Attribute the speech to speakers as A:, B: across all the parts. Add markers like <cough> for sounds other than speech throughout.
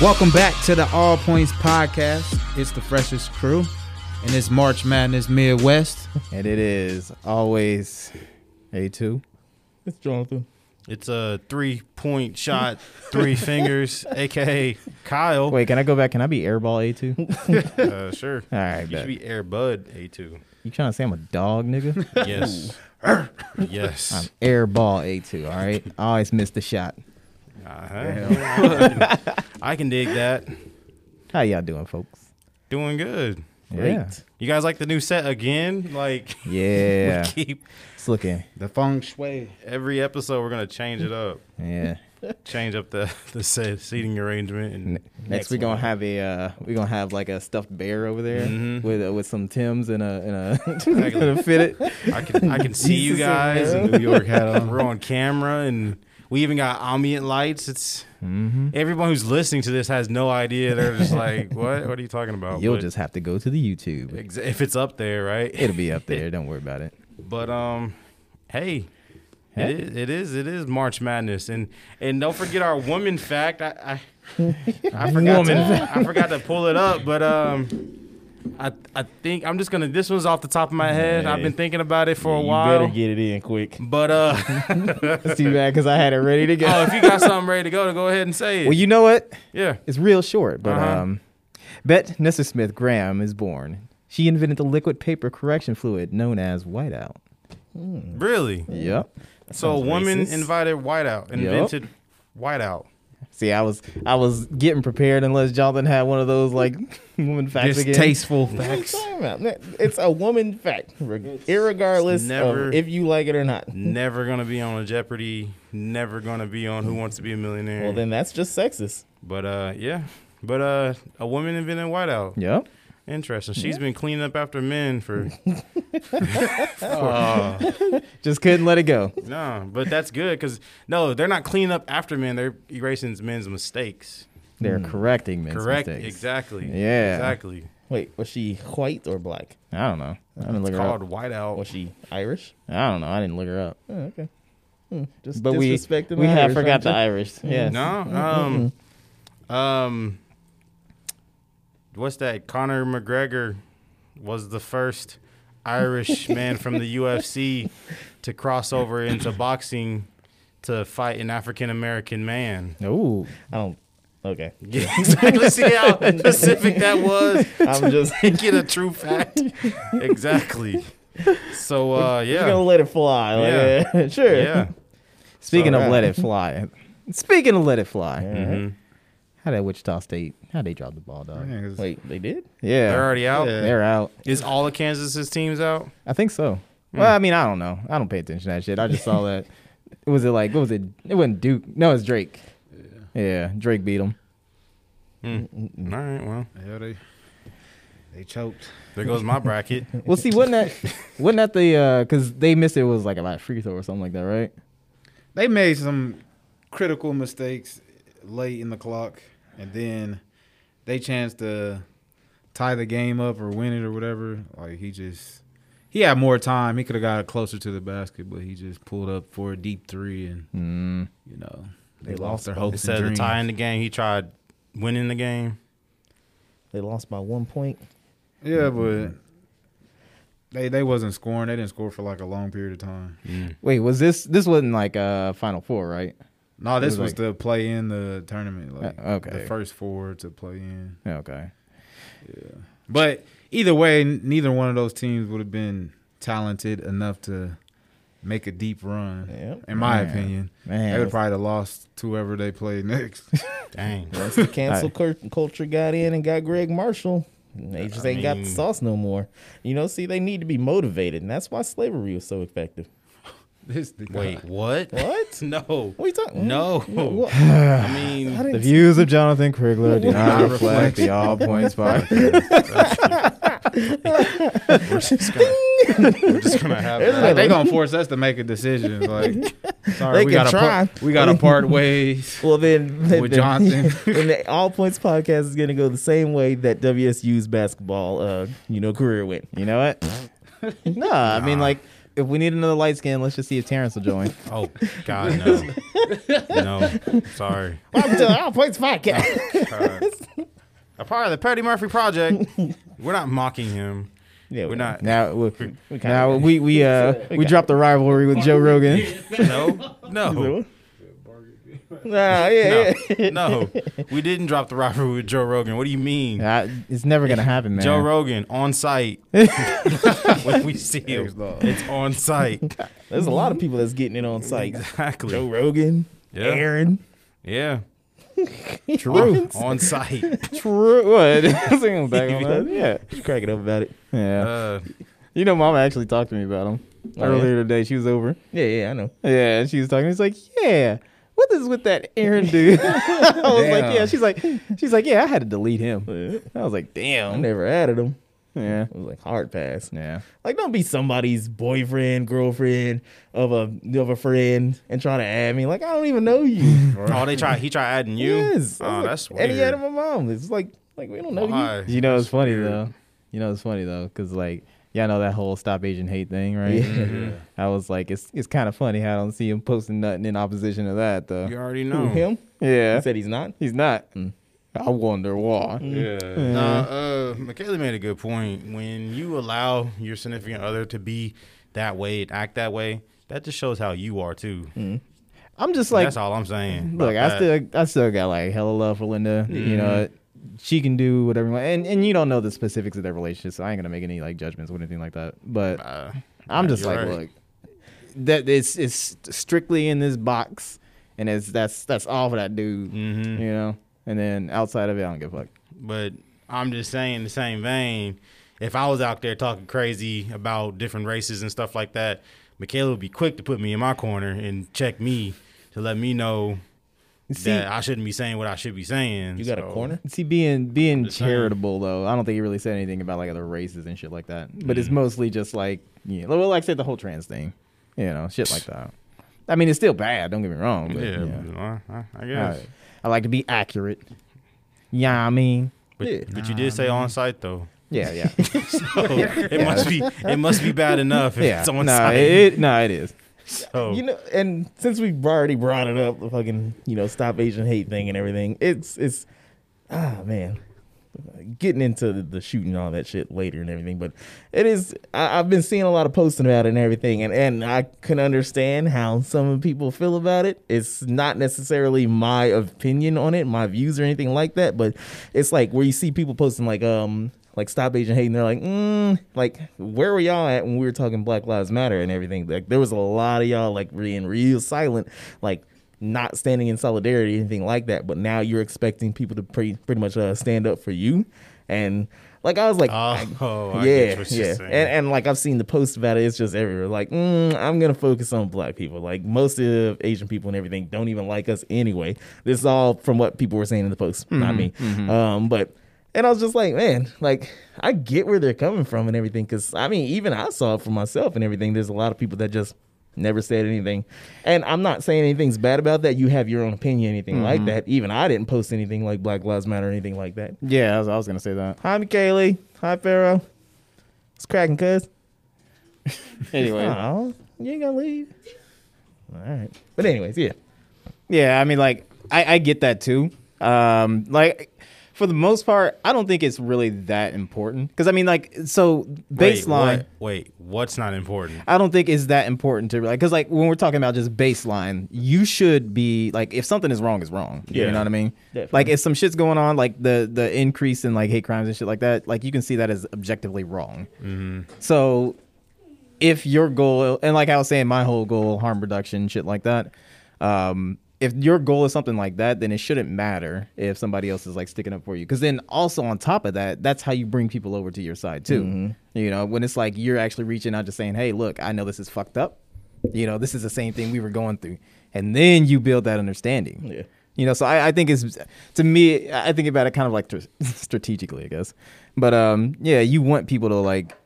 A: Welcome back to the All Points Podcast. It's the freshest crew, and it's March Madness Midwest.
B: And it is always A2.
C: It's Jonathan.
D: It's a three point shot,
B: <laughs>
D: three fingers, aka Kyle.
B: Wait, can I go back? Can I be airball A2?
D: Uh, sure.
B: All right,
D: You
B: bet.
D: should be Air Bud A2.
B: You trying to say I'm a dog,
D: <laughs>
B: nigga?
D: Yes.
B: I'm
D: yes.
B: airball A2, all right? I always miss the shot.
D: Uh-huh. <laughs> I can dig that.
B: How y'all doing, folks?
D: Doing good.
B: Yeah.
D: You guys like the new set again? Like, <laughs>
B: Yeah.
D: keep
B: It's looking.
A: The feng shui.
D: every episode, we're going to change it up.
B: Yeah.
D: Change up the, <laughs> the set seating arrangement. And
B: Next, we're gonna have a uh, we're gonna have like a stuffed bear over there
D: Mhm.
B: with uh, with some Tim's and a
D: <laughs>
B: and a, and a fit it.
D: I can, I can see you
B: Jesus,
D: guys.
B: man.
D: and
A: New York
B: <laughs>
A: hat on.
D: We're on camera and we even got ambient lights. It's
B: Mm-hmm.
D: everyone who's listening to this has no idea. They're
B: <laughs>
D: just like, what? What are you talking about?
B: You'll
D: Oh, But
B: just have to go to the YouTube.
D: ex- if it's up there, right?
B: It'll be up there. Don't worry about it.
D: But um, hey,
B: Hey.
D: It, is, it is it is March Madness, and and don't forget our woman fact. I I, I forgot to, I forgot to pull it up, but um. I, I think I'm just gonna. This one's off the top of my head. I've been thinking about it for a
C: you
D: while.
C: better get it
B: <laughs>
C: in quick.
D: but uh, <laughs>
B: It's too bad because I had it ready to
D: oh,
B: go.
D: if you got something ready to go, to go ahead and say it.
B: Well, you know what?
D: yeah.
B: It's real short, but
D: Uh-huh.
B: um, Bet Nessa Smith Graham is born. She invented the liquid paper correction fluid known as whiteout.
D: Really?
B: Yep.
D: So a
B: sounds
D: woman
B: racist. Mm.
D: invited whiteout, invented whiteout.
B: See, I was I was getting prepared unless Jonathan had one of those like <laughs> woman facts again.
A: Distasteful facts.
C: Time out. It's a woman fact, reg- irregardless
D: never-
C: of if you like it or not.
D: Never gonna be on a Jeopardy. Never gonna be on Who Wants to Be a Millionaire.
C: Well, then that's just sexist.
D: But uh, yeah. But uh, a woman invented whiteout.
B: Yep.
D: Interesting. She's been cleaning up after
B: <laughs>
D: men for
B: Just couldn't let it go.
D: no, but that's good because no, they're not cleaning up after men. They're erasing men's mistakes.
B: They're correcting men's
D: Correct.
B: mistakes.
D: Exactly.
B: Yeah.
D: Exactly.
C: Wait, was she white or black?
B: I don't know. I didn't look her up.
D: Called whiteout.
C: Was she Irish?
B: I don't know. I didn't look her up.
C: Oh, okay. Hmm, just
B: But we
C: disrespecting
B: we have
C: Irish,
B: forgot
C: aren't
B: the
C: you?
B: Irish. Yeah.
C: <laughs>
D: No. Um. Um. What's that? Conor McGregor was the first
C: <laughs>
D: Irish man from the UFC to cross over into boxing to fight an African American
C: <laughs>
D: man.
B: Ooh.
C: I don't. Okay.
D: Yeah, <laughs> exactly. See
C: <laughs>
D: how specific that was. <laughs>
C: I'm just.
D: Get a true
C: <laughs>
D: fact. Exactly. So uh,
C: You're gonna
D: yeah,
C: let it fly. Like,
D: Yeah.
C: yeah.
D: <laughs>
C: sure. <laughs>
D: yeah.
B: Speaking of
C: Alright.
B: let it fly. <laughs> Speaking of let it fly. Mm-hmm.
D: Mhm.
B: How did Wichita State? How they drop the ball, dog?
C: Wait,
B: <laughs>
C: they did?
B: Yeah.
D: They're already out.
A: Yeah.
B: They're out.
D: Is all of Kansas's teams out?
B: I think so. Well, I mean, I don't know. I don't pay attention to that shit. I just saw that. <laughs> Was it like? What was it? It wasn't Duke. No, it's Drake. Yeah, Drake beat him.
D: Mm. All right. Well,
A: Yeah, they, they choked.
D: there goes my bracket.
B: Well, see, wasn't that wasn't that the because they missed it was like a lot of free throw or something like that, right?
A: They made some critical mistakes late in the clock, and then they chanced to tie the game up or win it or whatever. Like he just, he had more time. He could have got closer to the basket, but he just pulled up for a deep three, and you know they, lost their hopes
D: Instead
A: and
D: of
A: dreams.
D: tying the game, he tried winning the game.
C: They lost by one point.
A: Yeah, but they they wasn't scoring. They didn't score for like a long period of time.
B: Wait, was this this wasn't like uh Final Four, right?
A: No, this
B: was
A: was
B: like-
A: to play in the tournament. Like
B: Uh, okay.
A: the first four to play in.
B: Okay.
A: But either way, n- neither one of those teams would have been talented enough to make a deep run.
C: Yep.
A: In my
B: Man.
A: opinion,
B: Man,
A: they would
B: that's-
A: probably have lost to whoever they played next. <laughs>
D: Dang.
C: Once the cancel cur- culture got in and got Greg Marshall, they just ain't got the
D: mean-
C: sauce no more. You know, see, they need to be motivated, and that's why slavery was so effective.
A: this thing.
D: Wait, what?
C: What?
D: <laughs>
C: <laughs>
D: No.
C: What are you hmm? talking?
D: No.
C: What?
D: I mean,
C: I
B: The
C: didn't
B: views of Jonathan Krigler do not
A: Not reflect.
B: reflect the All Points podcast.
D: we're just gonna, we're just gonna have
A: Like, <laughs>
D: that.
A: they gonna force us to make a decision.
B: <laughs>
A: Like, sorry,
C: They
A: we
C: can
A: gotta
C: try.
A: Part, we gotta part ways.
C: <laughs> Well, then,
A: With
B: <laughs>
A: Johnson.
C: and the All Points podcast is going to go the same way that <laughs> WSU's basketball, uh, you know, career went.
B: You know what? no, I mean like if we need another light skin, let's just see if Terrence will join.
D: Oh God, no, no, sorry.
C: Welcome to the All Points Podcast.
D: Uh, a part of the Petty Murphy Project. We're not mocking him.
C: <laughs> yeah,
D: We're not.
B: now we,
C: We kinda-
B: now we we uh we
C: kinda-
B: dropped the rivalry with Joe Rogan.
D: No, no,
C: Nah, yeah, yeah.
D: no, no. We didn't drop the rivalry with Joe Rogan. What do you mean?
B: Nah, it's never gonna happen, man.
D: Joe Rogan on site. <laughs> when we see him, it's on site.
C: There's a lot of people that's getting it
D: <laughs>
C: on site.
D: Exactly.
C: Joe Rogan,
D: Yeah.
C: Aaron.
D: <laughs> Yeah.
B: True.
D: On site.
B: True. What? <laughs> Singing back on that. Yeah.
C: He's cracking up about it.
B: Yeah.
D: Uh,
B: You know, Mama actually talked to me about him
C: Oh,
B: earlier today. She was over.
C: Yeah, yeah, I know.
B: Yeah, and she was talking. She's like, "Yeah, what is with that Aaron dude?" <laughs> I was like,
A: Damn.
B: "Yeah." She's like, "She's like, yeah, I had to delete him."
C: Yeah.
B: I was like,
C: I
B: "Damn."
C: never added him.
B: Yeah.
C: It was like hard pass.
B: Yeah.
C: Like, don't be somebody's boyfriend, girlfriend of a of a friend, and try to add me. Like, I don't even
D: <laughs>
C: know you.
D: oh, they try. He tried adding you.
C: Yes. I
D: Oh,
C: was like-
D: that's
C: And he added
D: weird.
C: my mom. It's like, like we don't know
D: Why?
B: You know, it's funny
D: weird.
B: though. You know, it's funny though, because like y'all know that whole stop Asian hate thing,
C: you.
B: right?
C: Yeah.
D: Mm-hmm.
B: I was like, it's it's kind of funny how I don't see him posting nothing in opposition to that though.
D: You already
C: Who,
D: know
C: him?
B: Yeah,
C: He said he's not.
B: he's not. I wonder why.
D: Yeah. Nah, uh, Michaela made a good point. When you allow your significant other to be that way and act that way, that just shows how you are too.
B: I'm just like,
D: that's all I'm saying.
B: look,
D: about
B: I
D: that.
B: still I still got like hella love for Linda. You know, she can do whatever. And and you don't know the specifics of their relationship, so I ain't gonna make any like judgments or anything like that. But
D: Uh,
B: I'm
D: yeah,
B: just
D: you're
B: like,
D: right.
B: look, that it's it's strictly in this box, and it's that's that's all for that dude.
D: Mhm.
B: You know, and then outside of it, I don't give a fuck.
D: But I'm just saying, in the same vein, if I was out there talking crazy about different races and stuff like that, Michaela would be quick to put me in my corner and check me to let me know
B: See-
D: that I shouldn't be saying what I should be saying.
C: You got
D: So,
C: a corner?
B: See, being being
D: just saying.
B: charitable though, I don't think he really said anything about like other races and shit like that. But
D: Mm.
B: it's mostly just like, you know, well, like I said, the whole trans thing, you know, shit like that. I mean, it's still bad. Don't get me wrong. But,
D: Yeah,
B: yeah,
D: I, I- I
B: I,
D: guess.
B: I like to be accurate. Yeah, I mean,
D: But,
C: Yeah.
D: but you did say on site though.
B: yeah,
D: <laughs>
B: yeah,
D: So it must be it must be bad enough if
B: yeah.
D: it's on
B: no,
D: site.
B: it, it, no, it is.
D: so oh,
C: You know, and since we already brought it up, the fucking you know stop Asian hate thing and everything, it's it's ah man, getting into the, the shooting and all that shit later and everything, but it is I, I've been seeing a lot of posting about it and everything, and and I can understand how some of the people feel about it. It's not necessarily my opinion on it, my views or anything like that, but it's like where you see people posting like um. Like stop Asian hate, and they're like, mm, like where were y'all at when we were talking Black Lives Matter and everything? Like there was a lot of y'all like being real silent, like not standing in solidarity, anything like that. But now you're expecting people to pre- pretty much uh, stand up for you, and like I was like,
D: Oh, I
C: yeah,
D: get what you're
C: yeah, and
D: saying.
C: and like I've seen the posts about it. It's just everywhere. Like mm, I'm gonna focus on black people. Like most of Asian people and everything don't even like us anyway. This is all from what people were saying in the post, not me. Um, but and I was just like, man, like I get where they're coming from and everything. Because I mean, even I saw it for myself and everything. There's a lot of people that just never said anything. And I'm not saying anything's bad about that. You have your own opinion, anything like that. Even I didn't post anything like Black Lives Matter or anything like that.
B: Yeah, I was, I was gonna say that.
C: Hi, Michaeli. Hi, Pharaoh. It's cracking, cuz.
B: Anyway,
C: Oh, you ain't gonna leave. All right. But anyways, yeah.
B: Yeah, I mean, like I, I get that too. Um, like for the most part, I don't think it's really that important because I mean, like, so
D: wait,
B: baseline.
D: what- wait, what's not important?
B: I don't think is that important to like because like when we're talking about just baseline, you should be like if something is wrong is wrong.
D: Yeah.
B: You know what I mean?
C: Definitely.
B: Like if some shit's going on, like the the increase in like hate crimes and shit like that, like you can see that as objectively wrong.
D: Mm-hmm.
B: So if your goal and like I was saying, my whole goal harm reduction, shit like that. Um, if your goal is something like that, then it shouldn't matter if somebody else is like sticking up for you. Because then also on top of that, that's how you bring people over to your side too. You know, when it's like you're actually reaching out, just saying, "Hey, look, I know this is fucked up. You know, this is the same thing we were going through," and then you build that understanding.
C: Yeah.
B: You know, so I, I think it's to me, I think about it kind of like tr- <laughs> strategically, I guess. But um, yeah, you want people to like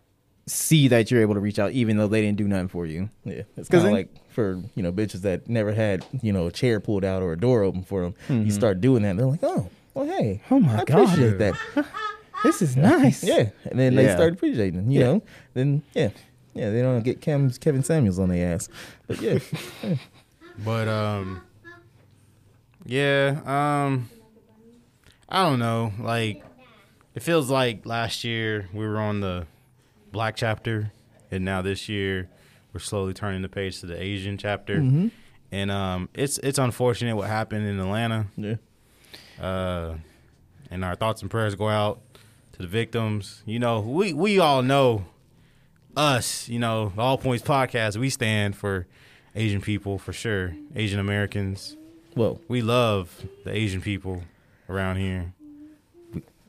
B: see that you're able to reach out, even though they didn't do nothing for you.
C: Yeah, it's
B: 'Cause
C: kind of
B: then-
C: like for you know bitches that never had you know a chair pulled out or a door open for them. You start doing that, and they're like, Mm-hmm. oh, well, hey,
B: Oh my
C: I
B: God.
C: appreciate that.
B: This is nice.
C: Yeah, and then they
B: Yeah.
C: start appreciating, it, you
B: Yeah.
C: know. Then yeah, Yeah, they don't get Kem's, Kevin Samuels on their ass. But yeah,
D: But um yeah, um I don't know. Like it feels like last year we were on the black chapter and now this year we're slowly turning the page to the Asian chapter. And um it's it's unfortunate what happened in Atlanta.
C: <laughs> yeah.
D: Uh and our thoughts and prayers go out to the victims. You know, we we all know us, you know, the All Points podcast, we stand for Asian people for sure, Asian Americans.
C: Well,
D: We love the Asian people around here.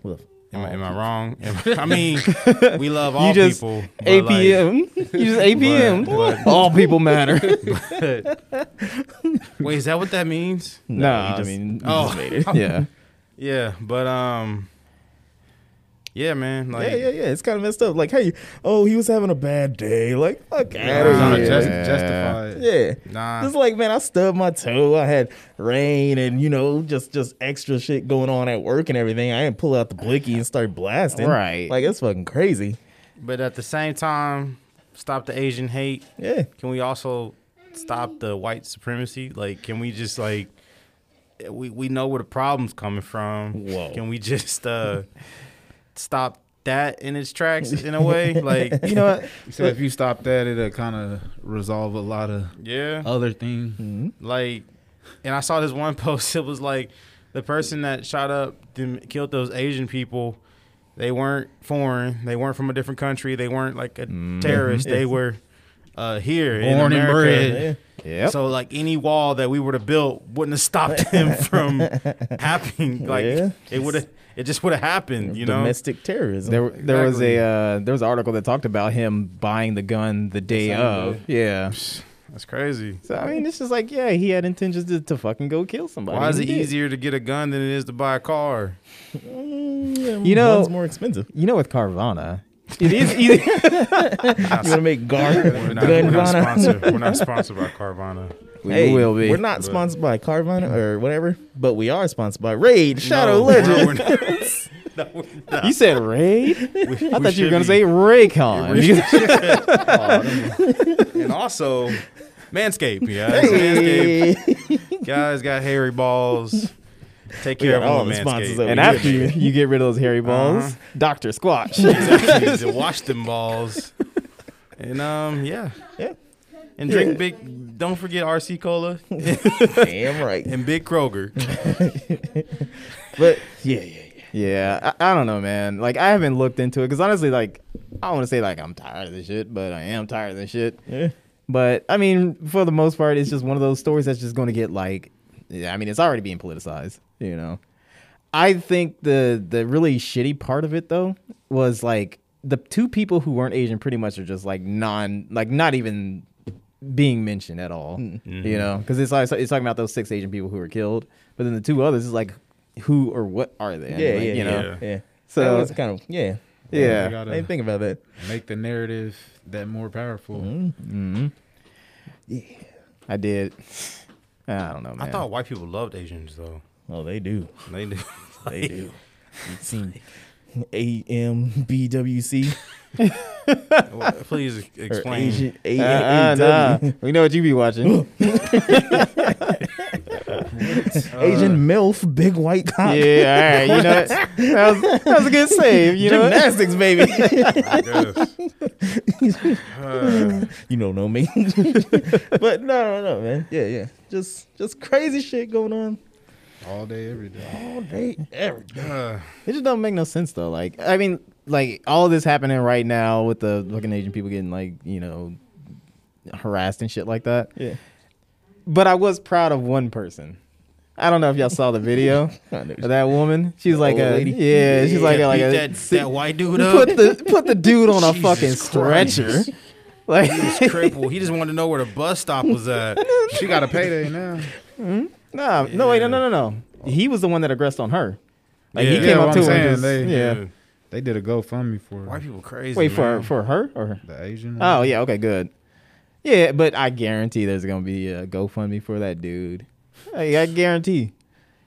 C: well,
D: Am, I, am I wrong? Am I, I mean, we
C: <laughs>
D: love all
B: you just
D: people. but, like, <laughs>
B: APM. you just APM.
D: but-
B: <laughs> All people
D: <laughs>
B: matter.
D: wait, is that what that means?
B: no,
C: you
B: I
C: just-
B: mean,
D: Oh, <laughs>
B: yeah.
D: yeah, but um, yeah, man, like,
C: yeah, yeah, yeah. It's kind of messed up. Like, hey, oh, he was having a bad day. Like, fuck out
A: It's not a
C: of here.
A: just,
C: Like,
A: justified.
C: yeah.
D: nah,
C: It's like, man, I stubbed my toe. I had rain and you know, just just extra shit going on at work and everything. I didn't pull out the blicky and start blasting.
B: Right.
C: Like that's fucking crazy.
D: but at the same time, stop the Asian hate.
C: Yeah.
D: Can we also stop the white supremacy? Like, can we just like we we know where the problem's coming from?
C: Whoa.
D: Can we
A: <laughs>
D: just uh stop that in its tracks in a
A: <laughs>
D: way? Like,
B: You know what?
A: So if you stop that, it'll kind of resolve a lot of
D: yeah,
A: other things.
D: Uh, like, and I saw this one <laughs> post. It was like the person that shot up them killed those Asian people. They weren't foreign. They weren't from a different country. They weren't like a
A: <laughs>
D: terrorist. They were uh, here, in
A: Mm. Born and
D: America.
A: bred.
C: Yeah.
B: Yep.
D: So like any wall that we would have built wouldn't have stopped <laughs> him
B: <laughs>
D: from happening. Like
C: Yeah.
D: it would have, it just would have happened. You know,
C: Domestic terrorism.
B: There, there was
D: Exactly.
B: a uh, there was an article that talked about him buying the gun the day
D: Same
B: of. Yeah.
D: that's crazy.
B: So I mean, it's just like, yeah, he had intentions to, to fucking go kill somebody.
D: Why is
B: He
D: it
B: did.
D: easier to get a gun than it is to buy a car?
C: you
B: You know-
C: one's more expensive.
B: You know, with
D: <laughs>
B: Carvana, it is easy.
C: You want to make gar-
D: <laughs> We're not, we're not
C: Gunvana?
D: sponsored. We're not sponsored
B: <laughs>
D: by Carvana.
B: we
C: Hey,
B: will be.
C: We're not sponsored by Carvana or whatever, but we are sponsored by Raid Shadow
D: No, <laughs>
C: Legend.
D: we're not- no, we're not.
B: You said Raid.
D: <laughs> We-
B: I
D: we
B: thought you were
D: should
B: gonna
D: be.
B: say Raycon.
D: and also
B: <laughs>
D: Manscaped. Yeah,
C: Hey.
D: Manscaped. guys got hairy balls. Take
C: We
D: care of
C: got all
D: them,
C: the sponsors
D: Manscaped.
C: over
B: and
C: Yeah,
B: after you, you get rid of those hairy balls,
D: Uh-huh.
B: Doctor Squatch.
D: <laughs> Exactly, to wash them balls. And um, yeah,
C: Yeah.
D: and drink big. Don't forget RC Cola
C: Damn right.
D: and Big Kroger.
B: <laughs>
C: <laughs> But yeah, yeah, yeah.
B: yeah, I, I don't know, man. Like I haven't looked into it because honestly, like I want to say like I'm tired of this shit, but I am tired of this shit.
C: yeah.
B: But I mean, for the most part, it's just one of those stories that's just going to get like, yeah, I mean, it's already being politicized, you know. I think the the really shitty part of it though was like the two people who weren't Asian pretty much are just like non, like not even being mentioned at all,
C: Mm. Mm-hmm.
B: you know, because it's like it's talking about those six Asian people who were killed, but then the two others is like, who or what are they?
C: Yeah,
B: Like,
C: yeah,
B: you know,
D: yeah.
C: Yeah. Oh
B: So-
C: So it's kind of yeah.
A: You
B: yeah.
A: gotta
C: I didn't think about that.
A: make the narrative that more powerful.
B: Mm-hmm. I did. I don't know, man.
D: I thought white people loved Asians though.
C: Oh, they do.
B: <laughs>
D: They do.
C: They do. You've seen A M B W C
D: Please
C: or
D: explain.
C: Asian A
B: Uh,
C: N
B: uh,
C: A
B: nah.
C: W
B: We know what you be
C: <laughs>
B: watching.
C: Asian MILF Big White
B: Ah.
C: Cock.
B: Uh. Yeah, all right. You know, what? that was, that was a good save. You know, what?
C: Gymnastics, baby.
B: <laughs>
D: I guess. Uh,
C: you don't know me. <laughs> but no, no, no, man. Yeah, yeah. Just just crazy shit going on
A: All day, every day.
C: all day, every day.
D: uh,
B: it just don't make no sense though. Like, I mean, like all this happening right now with the fucking Asian people getting like, you know, harassed and shit like that.
C: Yeah.
B: But I was proud of one person. I don't know if y'all saw the video
C: I know.
B: of that woman. She's like
C: old
B: a
C: lady?
B: yeah, she's like a,
D: yeah,
B: like
D: beat
B: a
D: that,
B: si-
D: that
B: <laughs>
D: white dude up.
B: put the put the dude on a
D: Jesus
B: fucking
D: Christ.
B: stretcher. Like,
D: Cripple. He just wanted to know where the bus stop was at.
A: She got a payday now.
B: nah, no wait, no, no, no, no. He was the one that aggressed on her. Like he
D: Yeah.
B: came
D: Yeah,
B: up
A: what
B: to
A: I'm
B: her. and
A: saying,
B: just-
A: they-
B: <laughs> yeah.
D: Dude,
A: They did a GoFundMe for
D: White
A: her.
D: people crazy.
B: Wait for
D: man.
B: for her or
A: the Asian.
B: oh
A: one.
B: yeah okay good yeah but I guarantee there's gonna be a GoFundMe for that dude I, I guarantee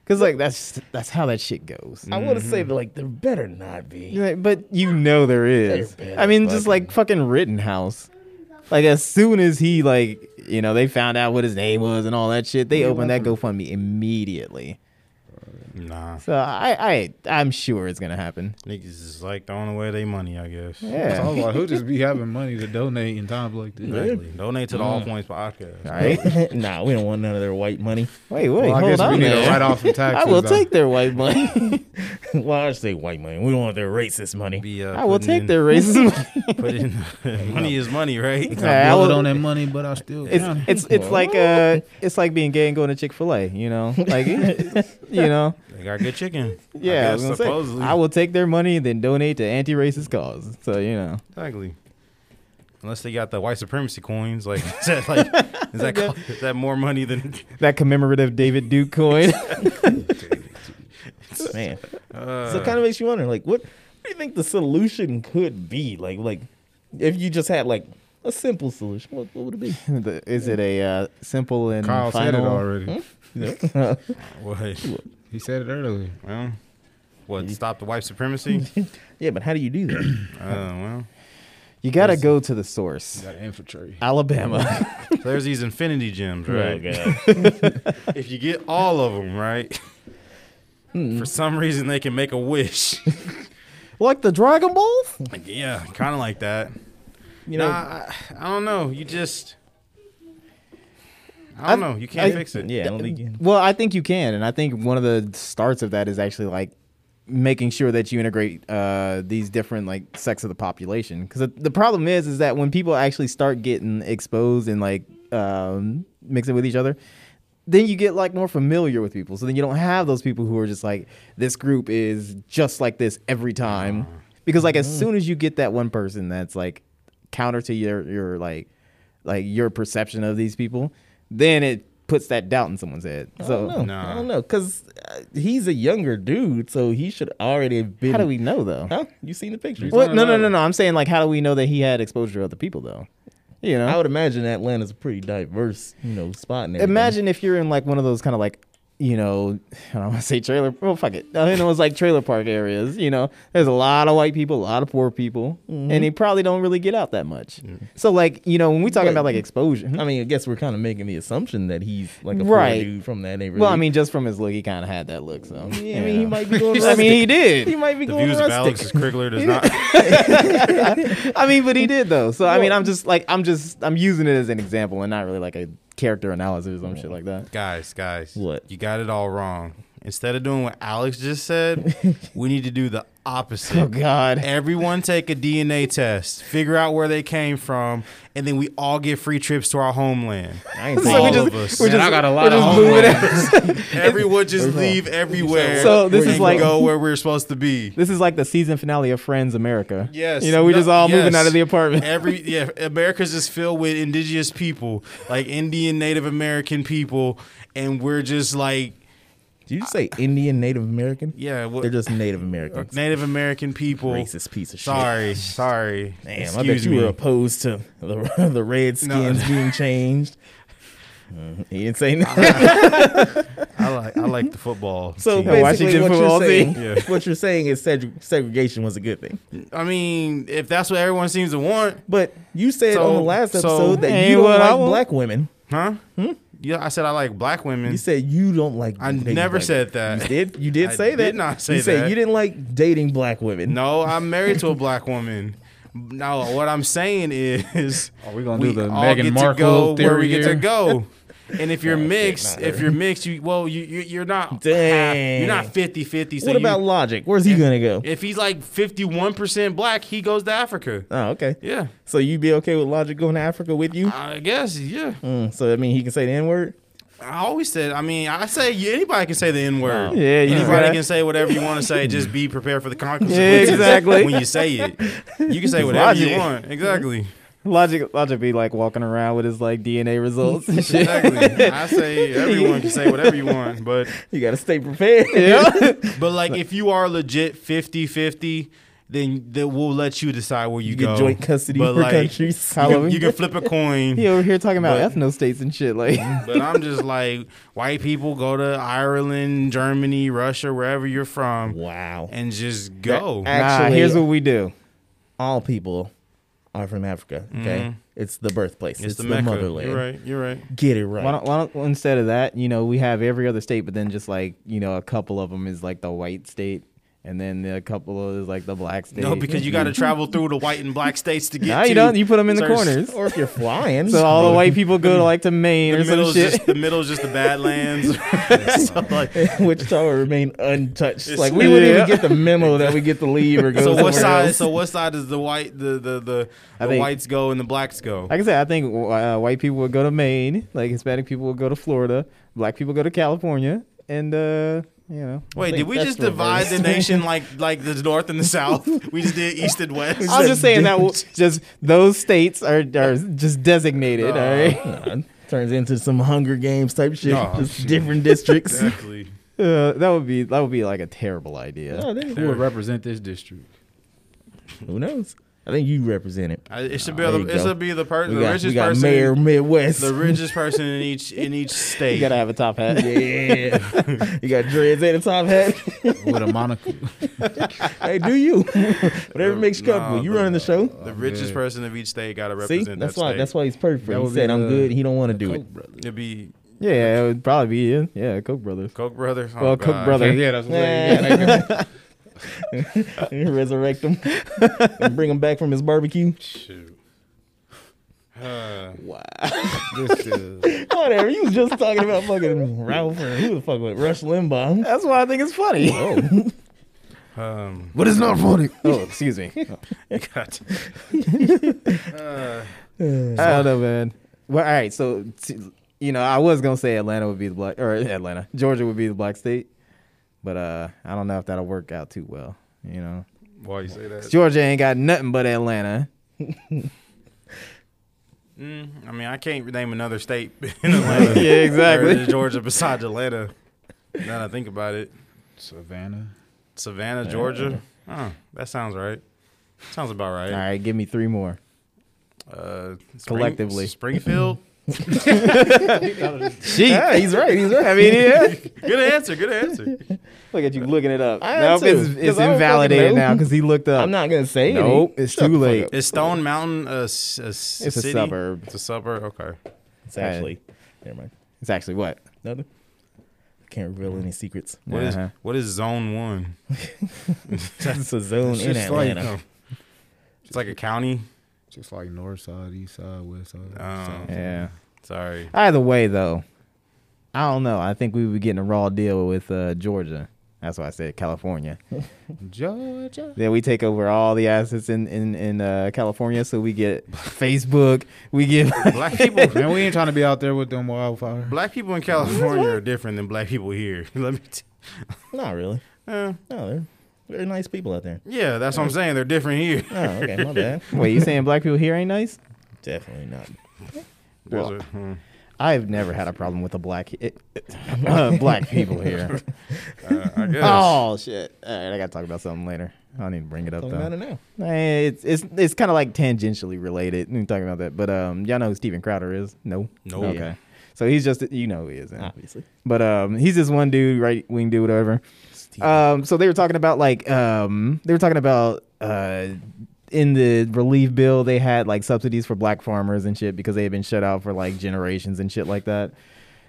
B: because like that's that's how that shit goes
A: Mm.
C: I want to
B: Mm-hmm.
C: say that like there better not be.
B: Like, but you know there is
C: There better
B: I mean just
C: fucking-
B: like fucking Rittenhouse Like as soon as he like, you know, they found out what his name was and all that shit, they opened that GoFundMe immediately.
D: Nah,
B: So I, I, I'm sure it's gonna happen.
D: niggas is like throwing away their money. I guess.
A: So I
B: Yeah.
A: was like, who just be having money to donate in times like this?
D: Exactly. Donate
B: Mm.
D: to the All Points podcast.
B: All right.
C: <laughs> nah, we don't want none of their white money. <laughs>
B: Wait, wait,
A: Well, I
B: hold
A: guess
B: on.
A: we need
B: there.
A: to write off some taxes.
B: I will
A: though.
B: take their
A: <laughs>
B: white money.
C: well, I say white money. We don't want their racist money.
D: Be, uh,
B: I will
D: putting
B: take
D: in- <laughs>
B: their racism.
D: Put
B: <laughs>
D: in money is money, right?
A: I
B: I
A: build
B: will-
A: on that money, but I still.
B: It's
A: count it.
B: it's it's like uh it's like being gay and going to Chick Fil A, you <laughs> know, like you know,
D: They got good chicken. I
B: <laughs> yeah. I,
D: guess,
B: was gonna say,
D: supposedly.
B: I will take their money and then donate to anti-racist cause. So you know,
D: Exactly. Unless they got the white supremacy coins, like <laughs> is that like
B: <laughs>
D: is that co- is that more money than <laughs>
B: that commemorative David Duke coin. <laughs>
C: Man,
D: uh,
C: so it kind of makes you wonder, like, what, what do you think the solution could be? Like, like if you just had like a simple solution, what, what would it be?
B: The- Is it a uh, simple and
A: Kyle
B: final? Hmm?
A: said it already.
D: what?
A: He said it earlier.
D: Well, what stop the white supremacy?
B: <laughs>
C: Yeah, but how do you do that?
D: Uh, well,
B: You gotta go to the source,
A: Got to infiltrate.
B: Alabama.
D: so there's these infinity gems, <coughs> right?
C: Oh, God.
D: If you get all of them, right?
B: Hmm.
D: For some reason, they can make a wish.
B: <laughs>
D: <laughs>
B: like the Dragon Ball.
D: Like, yeah, kind of like that.
C: you know,
D: nah, I, I don't know. You just, I don't
B: I-
D: know. You can't
B: I-
D: fix it.
C: yeah, I don't think you can.
B: Well, I think you can, and I think one of the starts of that is actually like making sure that you integrate uh, these different like sects of the population. Because the, the problem is, is that when people actually start getting exposed and like um, mixing with each other, then you get like more familiar with people. So then you don't have those people who are just like this group is just like this every time. Because like as soon as you get that one person that's like counter to your your like like your perception of these people, then it puts that doubt in someone's head.
C: I don't
B: So
C: know.
D: Nah.
C: I don't know because uh, he's a younger dude, so he should already have been.
B: how do we know though?
C: Huh? You seen the pictures?
B: What?
A: on
B: No, no,
A: another.
B: no, no. I'm saying like how do we know that he had exposure to other people though? You know,
C: I would imagine Atlanta's a pretty diverse, you know, spot. And everything.
B: imagine if you're in like one of those kind of like you know i don't want to say trailer well fuck it i mean it was like trailer park areas you know there's a lot of white people a lot of poor people
C: Mm-hmm.
B: and they probably don't really get out that much so like you know when we talking
C: Mm. But-
B: about like exposure
C: I mean, I guess we're kind of making the assumption that he's like a
B: Right.
C: poor dude from that neighborhood.
B: well i mean just from his look he kind of had that look so
C: yeah, I mean, he might <laughs> be going.
B: i mean he
C: rustic.
B: did
C: he might be
D: The
C: going
D: views of
C: rustic.
D: Alex Krigler does not.
B: I mean, but he did though. So I mean, I'm just like I'm just I'm using it as an example and not really like a character analysis or some shit like that.
D: guys, guys.
C: What?
D: You got it all wrong. Instead of doing what Alex just
B: <laughs>
D: said, we need to do the opposite.
B: Oh God,
D: Everyone take a DNA test, figure out where they came from, and then we all get free trips to our homeland.
C: I
B: <laughs>
C: ain't
B: So
C: saying
D: all
B: we just-
D: of us.
B: we just- <laughs>
A: I got a
B: we're
A: lot of
B: just moving
A: homeland.
D: Everyone just leave everywhere.
B: So this
D: and
B: is like-
D: go where we're supposed to be.
B: This is like the season finale of Friends America.
D: Yes.
B: You know, we
D: No-
B: just all
D: yes.
B: moving out of the apartment.
D: Every yeah, America's just filled with indigenous people, like Indian Native American people, and we're just like
C: Did you say Indian Native American?
D: yeah, Uh, what,
C: They're just Native Americans.
D: Native American people.
C: Racist piece of shit.
D: Sorry, sorry.
C: Damn,
D: Excuse
C: I bet you
D: me.
C: were opposed to the <laughs> the Redskins
D: <laughs>
C: being changed. Uh, he
B: <laughs>
C: didn't say nothing.
D: I like I like the football.
C: <laughs> So
D: team.
B: Yeah, why she
C: basically,
B: did
C: what
B: football
C: you're, saying,
D: team. Yeah.
C: what you're saying is seg- segregation was a good thing.
D: I mean, if that's what everyone seems to want,
C: But you said on the
D: So-
C: last
D: so-
C: episode that
B: Ain't
C: you don't
B: what I
C: like
B: want.
C: black women.
D: huh? Yeah, I said I like black women.
C: Hmm? You said you don't like.
D: I
C: dating
D: never
C: black
D: said
C: women.
D: that.
C: You did. You did
D: I
C: say
D: did
C: that.
D: not say
C: you said
D: that.
C: you didn't like dating black women.
D: No, I'm married to a black woman. No, what I'm saying
C: <laughs>
D: is,
A: Are we gonna
D: we
A: do the
D: all
A: Meghan
D: get to
A: Markle
D: go where we
A: theory
D: get
A: here?
D: to
A: <laughs>
D: go. And if you're
C: shit,
D: mixed,
C: not
D: if
C: her.
D: you're mixed, you well, you, you you're not
C: Dang.
D: you're not 50 50. So
C: what
D: you-
C: about logic? Where's he gonna go?
D: if he's like 51 percent black, he goes to Africa.
C: Oh, okay.
D: Yeah,
C: So you be okay with logic going to Africa with you?
D: I guess. Yeah,
C: Mm, so I mean, he can say the N word.
D: I always said. I mean, I say yeah, anybody can say the N
B: <laughs>
D: word.
B: Yeah, you just
D: Anybody
B: gotta-
D: can say whatever you want to say. Just be prepared for the consequences.
B: exactly.
D: When you say it, you can say whatever you
B: Logic.
A: <laughs>
D: want. Exactly.
B: Logic, logic be like walking around with his like DNA results <laughs> and shit.
D: Exactly. I say everyone can say whatever you want, but
C: You gotta stay prepared.
D: but like if you are legit 50-50, then they will let you decide where you,
C: you
D: go.
C: get joint custody
D: But
C: for
D: like,
C: countries.
D: You
B: Halloween.
D: can, you can flip a
B: <laughs> <laughs>
D: coin.
B: He over here talking about
D: But-
B: ethno states and shit. Like,
D: But I'm just like white people go to Ireland, Germany, Russia, wherever you're from,
C: Wow.
D: and just go.
C: That- Actually-
B: nah, here's what we do.
C: all people are from Africa. Okay. It's the birthplace. It's,
D: It's,
C: the,
D: Mecca.
C: motherland.
D: You're right. You're right.
C: Get it right.
B: Why don't, why don't well, instead of that, you know, we have every other state, but then just like you know, a couple of them is like the white state, and then a couple of is like the black state.
D: No, because you got
B: <laughs>
D: to travel through the white and black states to get.
B: Nah, you
D: to
B: don't. You put them in the
D: certain- <laughs>
B: corners.
C: or if you're
B: <laughs>
C: flying,
B: So all the
C: <laughs>
B: white people go to like to Maine
D: The
B: or some
D: middle's
B: shit.
D: just the middle's just the Badlands. <laughs> so like,
C: Wichita will remain untouched.
D: It's-
C: Like we wouldn't
B: Yeah.
C: even get the memo that we get to leave
D: <laughs>
C: or go.
D: so
C: somewhere
D: what side?
C: else.
D: So what side does the white the the the,
B: I
D: the
B: think-
D: whites go and the blacks go?
B: <laughs> Like I said, I think uh, white people will go to Maine, like Hispanic people will go to Florida, black people go to California, and uh, you know.
D: Wait,
C: think
D: did we
C: that's
B: <laughs>
D: just divide
C: <laughs>
D: the
C: reversed.
D: nation like like the north and the south? We just did east and west.
B: I'm just saying
D: <laughs>
B: that w- just those states are are just designated. all right. <laughs>
C: Nah, turns into some Hunger Games type shit.
A: Oh,
C: just
D: <laughs>
C: different districts. <laughs>
D: Exactly.
B: Uh, that would be that would be like a terrible idea.
C: No, they-
A: Who would represent this district?
C: who knows? I think you represent it.
D: I, it should be
C: Nah, there
D: the,
C: you
D: it
C: go.
D: should be the per,
C: We
D: the
C: got,
D: richest
C: we got
D: person
C: Mayor Midwest.
D: the richest person in each in each state.
B: You gotta have a top hat.
C: <laughs> yeah, you got dreads and a top hat.
A: With a monocle.
C: hey, do you? Whatever makes you
D: Nah,
C: comfortable. You
D: the-
C: running the show.
D: the richest person of each state got to
C: See,
D: represent.
C: that's
D: that
C: why.
D: State.
C: That's why he's perfect.
A: That
C: He
A: would be
C: said, "I'm
A: the-
C: good." He don't want to do it.
D: It'd be
B: yeah, it would probably be yeah, yeah Koch brothers.
D: Koch brothers. Oh,
B: well, Koch
D: God. <laughs>
A: <laughs>
B: brother.
A: yeah, that's what I'm saying.
C: Yeah. <laughs> Resurrect him and bring him back from his barbecue.
D: Shoot. Uh,
A: This, uh,
C: Whatever. You was just talking about fucking Ralph or who the fuck was it? Rush Limbaugh.
B: That's why I think it's funny.
D: um,
A: <laughs> but it's not funny.
B: <laughs> oh, excuse me.
D: God. Uh,
B: I don't know, man. Well, all right. So, t- you know, I was gonna say Atlanta would be the black, or Atlanta, Georgia would be the black state, but uh, I don't know if that'll work out too well. You know,
D: why you say that?
B: Georgia ain't got nothing but Atlanta.
D: Mm, I mean, I can't name another state <laughs> in
C: <laughs>
D: Atlanta.
B: Yeah, exactly.
D: or in Georgia besides Atlanta. Now that I think about it,
A: Savannah.
D: Savannah, Georgia. Oh, that sounds right. Sounds about
B: <laughs>
D: right.
B: All right, give me three more.
D: Uh, Spring-
B: Collectively.
D: Springfield.
B: Sheep. Yeah, he's right. He's right. I mean, yeah.
D: Good answer. Good answer.
B: <laughs> Look at you looking it up.
C: I am
B: Nope,
C: too,
B: it's,
C: 'cause
B: it's
C: I don't
B: invalidated
C: fucking know.
B: now because he looked up.
C: I'm not gonna say it.
B: Nope, it's
C: Shut
B: too
C: the fuck
B: late.
C: up.
D: Is Stone Mountain a, s- a s-
B: It's a
D: city?
B: suburb.
D: It's a suburb. Okay.
C: It's actually. Never mind.
B: It's actually what?
C: Nothing. Can't reveal any secrets.
D: What is
B: Uh-huh.
D: what is Zone One?
C: That's a zone in
A: just like-
C: Atlanta.
D: It's like a county.
A: Just like north side, east side, west side.
D: Um,
B: Yeah.
D: Sorry.
B: Either way, though, I don't know. I think we were getting a raw deal with uh, Georgia. That's why I said California.
A: Georgia.
B: Then we take over all the assets in in in uh, California, so we get <laughs> Facebook, we get <laughs>
D: Black people.
A: Man, we ain't trying to be out there with them wildfire.
D: Black people in California are different than black people here. <laughs> Let me. T-
C: Not really.
D: uh,
C: No, they're very nice people out there.
D: yeah, that's what I'm saying. They're different here.
C: Oh, okay, my bad.
B: wait. You saying black people here ain't nice?
C: Definitely not.
D: There's a- hmm.
B: I've never had a problem with the black <laughs> uh, black people
C: <laughs>
B: here.
D: Uh, I guess.
B: Oh shit! All right, I gotta talk about something later. I don't need to bring it up
C: Talking about
B: though.
C: it now.
B: Eh, It's it's it's kind of like tangentially related. We ain't talking about that, but um, y'all know who Steven Crowder is? No.
D: No.
B: Okay. So he's just you know who he is. eh?
C: Obviously.
B: But um, he's this one dude, right wing dude, whatever. Um, so they were talking about like um, they were talking about uh, in the relief bill they had like subsidies for black farmers and shit because they had been shut out for like generations and shit like that.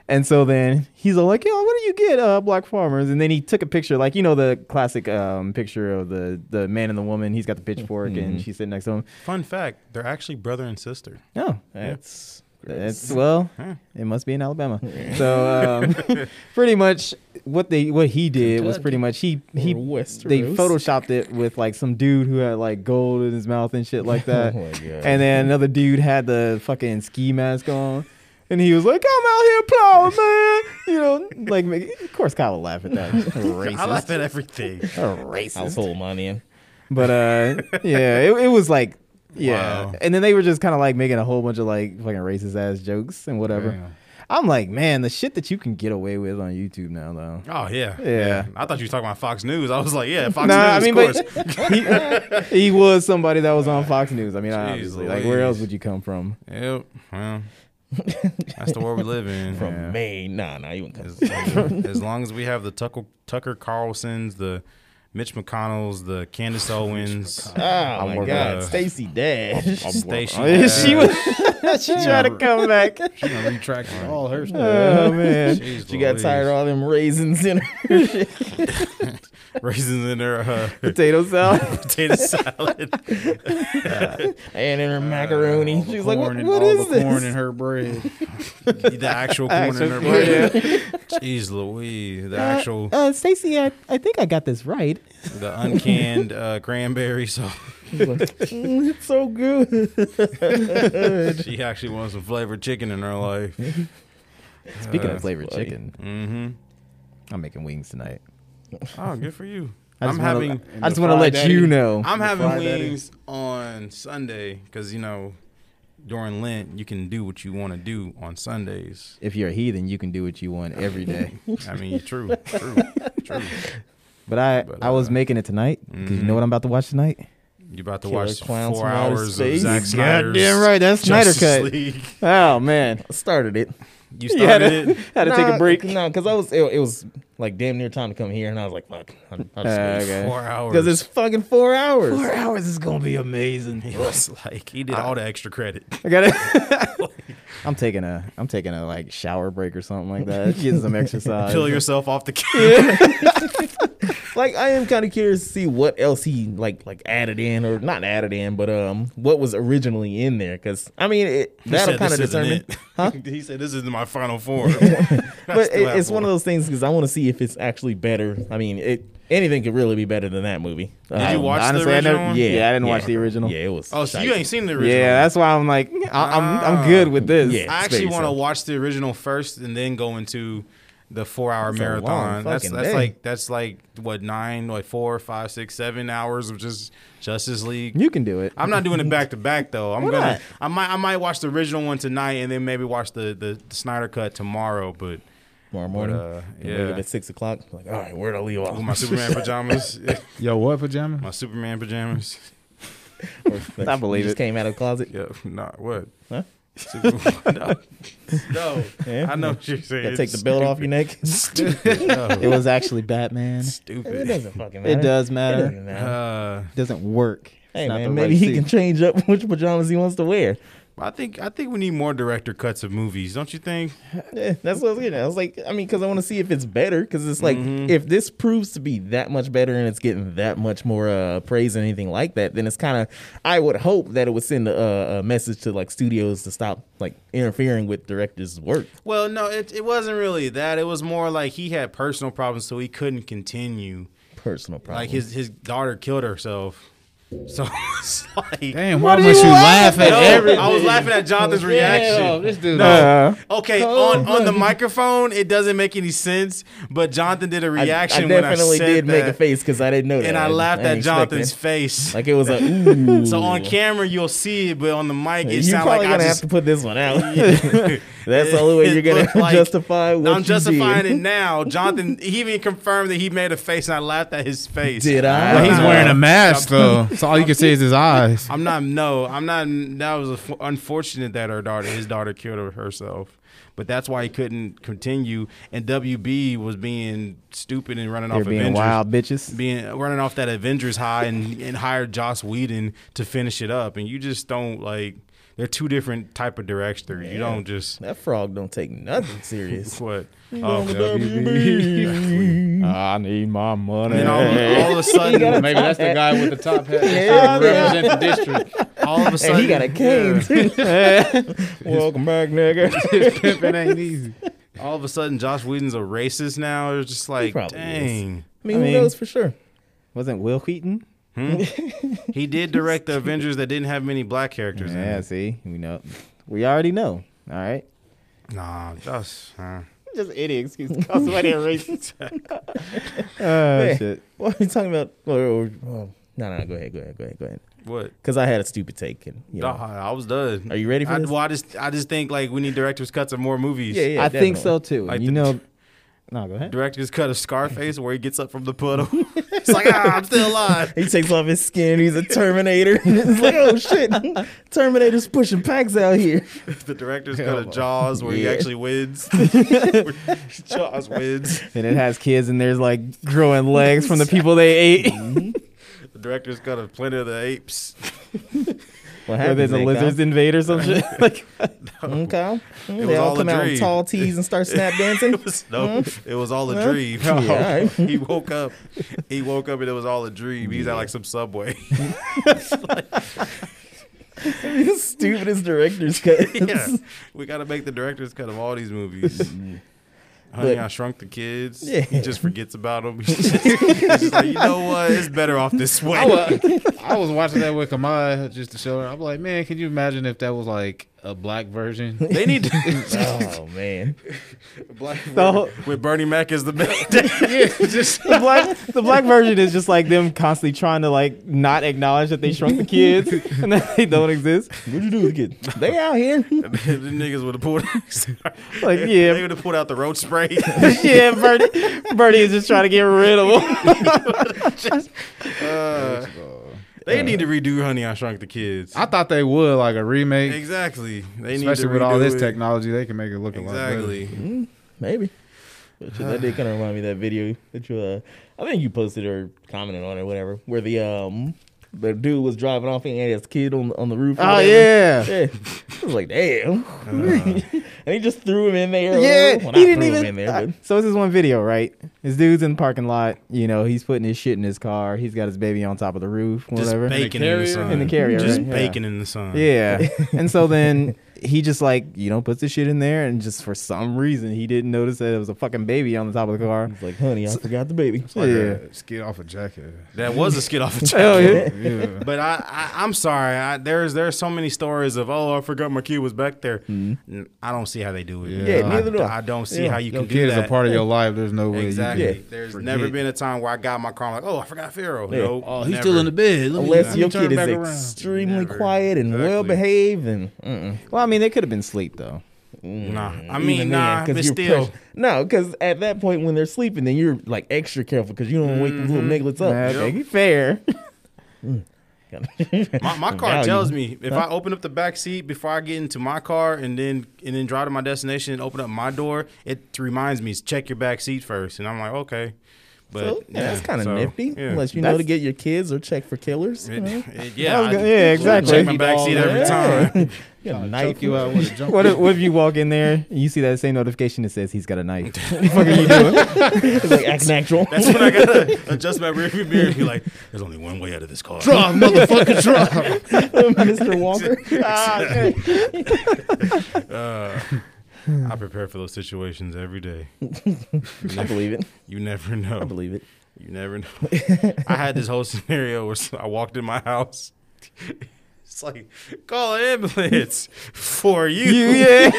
B: And so then he's all like, "Yo, what do you get, uh, black farmers?" And then he took a picture, like you know the classic um, picture of the the man and the woman. He's got the pitchfork and she's sitting next to him.
D: Fun fact: They're actually brother and sister.
B: Oh,
C: That's
B: it's well, it must be in
C: <laughs>
B: Alabama. So um, pretty much what they what he did was pretty much he he
C: Or Westeros.
B: they
C: <laughs>
B: photoshopped it with like some dude who had like gold in his mouth and shit
C: <laughs>
B: like that.
C: Oh my God.
B: And then another dude had the fucking ski mask on. And he was like, "I'm out here plowing, man." You know, like, make- of course, Kyle would laugh at
C: <laughs>
B: that.
D: <laughs> I
B: Racist,
D: laugh at everything.
B: a racist.
C: household money in.
B: But uh, yeah, it, it was like, yeah.
D: Wow.
B: And then they were just kind of like making a whole bunch of like fucking racist ass jokes and whatever.
A: Damn.
B: I'm like, man, the shit that you can get away with on YouTube now, though.
D: Oh <laughs> yeah,
B: Yeah.
D: I thought you were talking about Fox News. I was like, yeah, Fox
B: nah, I
D: News.
B: mean,
D: of course.
B: but he, he was somebody that was on Fox News. I mean, obviously, like, where else
D: Louise.
B: would you come from?
D: Yep. Well, that's the world we live in.
C: From
B: Yeah.
C: Maine. Nah, nah, you wouldn't come.
D: As, as long as we have the Tucker, Tucker Carlson's, the Mitch McConnell's, the Candace Owens.
C: <laughs> Oh my
B: working
C: God,
D: on it.
C: Stacy Dash.
D: Stacey
B: she was she tried to come back.
A: She gonna retract all her stuff.
B: <laughs> Oh man.
D: Jeez
C: She got
D: Louise.
C: tired of all them raisins in her <laughs> shit.
D: raisins in her uh, <laughs>
B: Potato salad.
D: potato salad.
C: and in her macaroni. She's like,
A: Uh, corn and
C: what, what
A: all
C: is
A: the corn in
C: this?
A: her bread.
D: the actual corn in her bread. Jeez Louise. The
B: <laughs>
D: actual,
B: Uh, Stacy, I, I think I got this right.
D: the uncanned uh, cranberry sauce. <laughs>
C: Mm, it's so <laughs> good.
D: She actually wants some flavored chicken in her life.
B: Speaking
D: Uh,
B: of flavored
C: buddy.
B: chicken,
D: Mm-hmm.
B: I'm making wings tonight.
D: Oh, good for you.
B: I just
D: I'm
B: wanna-
D: having
B: I
A: And
B: just
A: the
B: want to
A: fried
B: let
A: daddy.
B: you know.
D: I'm having
A: Fried Daddy.
D: wings on Sunday because you know during Lent you can do what you want to do on Sundays.
B: if you're a heathen, you can do what you want every day.
D: <laughs> I
B: <laughs>
D: mean, true, true, true.
B: But I,
D: But,
B: I was
D: uh,
B: making it tonight because you know
D: mhm.
B: what I'm about to watch tonight.
D: You about to
C: Killer
D: watch
C: clowns
D: four
C: from outer
D: hours of
C: space.
D: Zack
C: Goddamn
D: Snyder's
B: That's
D: Justice League.
B: Oh man,
C: I started it.
B: You
D: You
B: had
D: started
B: to, <laughs>
D: it.
B: had to take a
C: Nah,
B: break.
C: No, because I was it, it was like damn near time to come here, and I was like, fuck, I'll, I'll just
B: Uh,
C: leave.
B: okay.
D: Four hours.
C: Because it's fucking four hours.
B: hours is gonna be amazing.
D: it was like he did all the extra credit.
B: I got it. <laughs> I'm taking a I'm taking a like shower break or something like that. Get some exercise.
D: <laughs> Peel yourself off the camera.
C: Like I am kind of curious to see what else he like like added in or not added in, but um, what was originally in there? Because I mean, it,
D: He
C: that'll
D: said,
C: kind of
D: "This isn't
C: determine.
D: it."
C: Huh?
D: <laughs> He said, "This isn't my final form."
C: <laughs> but it, it's one of those things because I want to see if it's actually better. I mean, it anything could really be better than that movie. Uh,
D: Did you watch
B: Honestly,
D: the
B: I
D: original?
B: never-
D: one?
B: yeah, I didn't watch
C: yeah.
B: the original.
C: Yeah, it was.
D: Oh, so you
C: shite.
D: ain't seen the original?
B: Yeah, that's why I'm like I, I'm I'm good with this.
C: Yeah.
D: I actually
C: Space,
D: want to
C: huh?
D: watch the original first and then go into the four hour
C: That's a long
D: marathon. That's
C: fucking
D: that's
C: day.
D: like that's like what nine, like four, five, six, seven hours of just Justice League.
B: You can do it.
D: I'm not doing it back to back though. I'm gonna
B: not?
D: I might I might watch the original one tonight and then maybe watch the the, Snyder cut tomorrow, but
C: tomorrow
D: but
C: morning.
D: uh
C: You wake up
D: yeah.
C: at six o'clock. Like, all right, where'd I leave off?
D: With <laughs> my
C: <laughs>
D: Superman pajamas. <laughs>
A: Yo, what pajama?
D: my Superman pajamas.
B: I believe
C: just
B: it.
C: Came out of
D: <laughs>
C: the closet.
D: Yeah, not what?
C: Huh? <laughs>
D: Super- <laughs> no. no.
C: Yeah.
D: I know what you're saying.
C: Gotta take the belt off your neck. <laughs>
D: <laughs>
B: It was actually Batman.
C: it
D: Stupid.
C: doesn't fucking matter.
B: It does
C: It
B: matter.
C: doesn't matter.
D: Uh,
B: doesn't work.
C: Hey
B: It's not
C: man,
B: the
C: maybe
B: right
C: he
B: suit. <laughs>
C: can change up <laughs> which pajamas he wants to wear.
D: I think I think we need more director cuts of movies, don't you think?
C: Yeah, Eh, that's what I was getting. At. I was like, I mean, because I want to see if it's better. Because it's like,
D: Mhm.
C: if this proves to be that much better and it's getting that much more uh, praise and anything like that, then it's kind of. I would hope that it would send a, a message to like studios to stop like interfering with directors' work.
D: Well, no, it it wasn't really that. It was more like he had personal problems, so he couldn't continue.
C: Personal problem.
D: Like his his daughter killed herself, so <laughs> it's like
A: Damn, why must you laugh at
D: No,
A: everything?
D: I was laughing at Jonathan's
A: Damn,
D: reaction.
A: this dude.
B: Uh,
D: Okay, on, on the microphone, it doesn't make any sense, but Jonathan did a
C: I-
D: reaction
C: I,
D: when I
C: definitely
D: said
C: did
D: that,
C: make a face because I didn't know that.
D: and I laughed
C: didn't
D: at
C: expect
D: Jonathan's
C: that.
D: face.
C: Like it was a.
D: <laughs>
C: Ooh.
D: so on camera, you'll see it, but on the mic,
C: you
D: it sounds
C: probably
D: like I
C: gonna
D: just
C: have to put this one out.
D: <laughs>
C: That's the only way
D: It
C: you're gonna
D: looked like-
C: <laughs> justify <laughs> what
D: I'm
C: you
D: justifying
C: did.
D: it now. Jonathan, he even confirmed that he made a face, and I laughed at his face.
C: Did I?
A: But he's
D: Uh,
A: <laughs> wearing a mask though, so all you can see is his eyes.
D: I'm not. No, I'm not. That was unf- unfortunate that her daughter, his daughter, killed her- herself. But that's why he couldn't continue. And WB was being stupid and running
B: they're
D: off
B: being
D: Avengers,
B: wild
D: <laughs>
B: bitches.
D: being running off that Avengers high, and and hired Joss Whedon to finish it up. And you just don't like. They're two different type of directors. You don't just
C: That frog don't take nothing serious.
D: what. Oh,
B: I need my money.
D: And all,
B: <laughs>
C: <laughs>
D: all of a sudden,
A: Maybe that's the guy with the top hat.
C: Yeah.
A: Represent the <laughs> <laughs> district.
D: all of a sudden,
C: and he got a cane. too. Welcome back, nigga.
A: His pimping ain't easy.
D: all of a sudden, Josh Whedon's a racist now. It's just like,
C: probably
D: dang.
C: I mean,
B: I
C: who
B: mean-
C: knows for sure?
B: Wasn't Will Wheaton?
D: He
C: <laughs>
D: did direct the Avengers that didn't have many black characters
B: Yeah, see, we know. We already know. All right.
D: in it. Nah, Josh.
B: <laughs>
D: huh?
B: Just any <laughs>
D: <laughs>
B: excuse to call somebody a racist. Oh
C: Hey.
B: shit.
C: What are you talking about? Or, or, oh, no, no, go ahead, go ahead, go ahead, go ahead.
D: What?
C: Because I had a stupid take. And, you know,
D: Nah, I was done.
C: Are you ready for
D: Uh-huh. I,
C: this?
D: well, I just, I just think like we need directors' cuts of more movies.
C: Yeah, yeah.
B: I think
C: definitely.
B: so too.
D: <laughs> Like
B: you
D: the-
B: know, No, go ahead.
D: Director's cut of Scarface where he gets up from the <laughs> puddle. it's like, ah, I'm still alive.
C: He takes off his skin. He's a Terminator. <laughs> it's like, oh shit, <laughs> Terminator's pushing packs out here.
D: <laughs> The director's cut
B: Hell.
D: of Jaws where he
C: Yeah.
D: actually <laughs> wins. Where Jaws wins.
B: And it has kids, and there's like growing legs from the <laughs> people they ate. <laughs>
D: The director's cut of Planet of the Apes. <laughs>
C: What
B: Or there's a lizards invade or some
D: <laughs>
B: shit. Like, <laughs>
D: It
C: Okay. they
D: was
C: all
D: all a
C: come out in
D: dream.
C: tall tees
D: <laughs>
C: and start snap dancing.
D: It was, no, it was all a
C: Huh?
D: dream. <laughs>
C: Yeah, all right.
D: he woke up. He woke up and it was all a dream. He's at like some subway. <laughs>
C: the
B: <laughs>
C: stupidest director's cut.
D: <laughs> yeah, we got to make the director's cut of all these <laughs> movies. Honey,
C: But-
D: I shrunk the kids.
C: Yeah.
D: He just forgets about them. <laughs> He's just, he's just like, you know what? It's better off this way.
A: I <laughs> was, I was watching that with Kamai just to show her. I'm like, man, can you imagine if that was like a black <laughs> version?
D: they need to,
C: Oh man.
D: black
B: So-
D: with Bernie Mac as the <laughs> main.
A: yeah, just
B: the black the black version is just like them constantly trying to like not acknowledge that they shrunk the
D: <laughs>
B: kids <laughs> and that they don't exist.
C: What'd you do with the kid? They out
D: <laughs>
C: here.
D: the niggas would have pulled.
A: <laughs>
B: Like
D: <laughs> they
B: yeah,
D: would have pulled out the road spray.
B: <laughs> yeah. Bernie, Bernie is just trying to get rid of them.
D: Uh, they need to redo Honey, I Shrunk the Kids.
A: I thought they would like a remake,
D: exactly. They need
A: especially
D: to
A: with all
D: redo
A: this
D: it.
A: technology. Mm, They can make it look a lot better.
D: Exactly.
C: Maybe. But shit, that did kind of remind me of that video that you, uh, I think you posted or commented on or whatever, where the um the dude was driving off and he had his kid on on the roof. or
B: Oh
C: whatever.
B: yeah.
C: Yeah. I was like, damn. <laughs> and he just threw him in there. or
B: Yeah,
C: whatever. Well,
B: he
C: not
B: didn't
C: threw him
B: even.
C: in there, but-
B: so it's this one video, right? This dude's in the parking lot. You know, he's putting his shit in his car. He's got his baby on top of the roof,
D: Just
B: whatever.
D: baking in the
A: carrier?
D: sun.
B: In the carrier,
D: Just
B: right? Yeah.
D: baking in the sun.
B: Yeah. and so then he just like, you know, puts the shit in there and just for some reason he didn't notice that it was a fucking baby on the top of the car.
C: He's like, honey, I forgot the baby.
A: Like
B: yeah.
A: a skid off a jacket.
D: That was a
A: <laughs>
D: skit off a
B: Hell
D: jacket.
B: yeah.
D: <laughs>
A: Yeah.
D: But I, I, I'm sorry. I, there's there's so many stories of oh I forgot my kid was back there. N- I don't see how they do it.
A: Mm-hmm. Yeah,
D: I-
C: neither do I.
D: I don't see
C: Yeah.
D: how you
A: Your
D: can do
A: kid is
D: that.
A: a part of your life. There's no way
D: exactly.
A: you
C: Yeah.
D: There's
A: Forget.
D: never been a time where I got in my car I'm like oh I forgot Pharaoh.
C: Yeah.
D: No,
A: Oh, he's
D: never.
A: still in the bed. Let me- let
C: Unless
A: me
C: your
A: turn
C: kid is
A: back around.
C: extremely
D: Never.
C: quiet and
D: Exactly.
C: well behaved, and mm-mm.
B: Well, I mean, they could have been asleep though.
D: Nah, I
C: Even
D: mean
C: then,
D: nah,
C: 'cause
D: but
C: you're
D: still.
C: precious. no, because at that point when they're sleeping, then you're like extra careful because you don't wanna wake the little nigglets
B: Nah,
C: up.
B: they be fair.
D: My,
C: <laughs>
D: my car
C: Value.
D: tells me if I open up the back seat before I get into my car and then and then drive to my destination and open up my door, it reminds me check your back seat first. And I'm like, okay, but
C: So, yeah, that's kind of
D: so,
C: nifty,
D: yeah.
C: unless you know
B: That's-
C: to get your kids or check for killers.
D: It-
C: you know?
D: it-
C: <laughs>
D: yeah,
B: was
D: I-
B: gonna- <laughs> yeah, exactly.
D: Check my back seat every
C: Yeah. <laughs>
D: time.
C: You got a
A: Knife
C: knife.
A: you out with a <laughs> jump.
B: What if, what if you walk in there and you see that same notification that says he's got a knife? What the fuck are you doing?
C: <laughs> It's like act natural.
D: That's when I gotta adjust my rearview mirror and be like, "There's only one way out of this
A: <laughs>
D: car." <laughs>
A: Drop, motherfucker, drop.
C: Mr. Walker. Ah,
D: <laughs> Uh, I prepare for those situations every day.
C: I believe it.
D: You never
C: <laughs>
D: know.
C: I believe it.
D: You never know. I had this whole scenario where I walked in my house. <laughs> It's like, call an ambulance for you. <laughs>
B: You, yeah.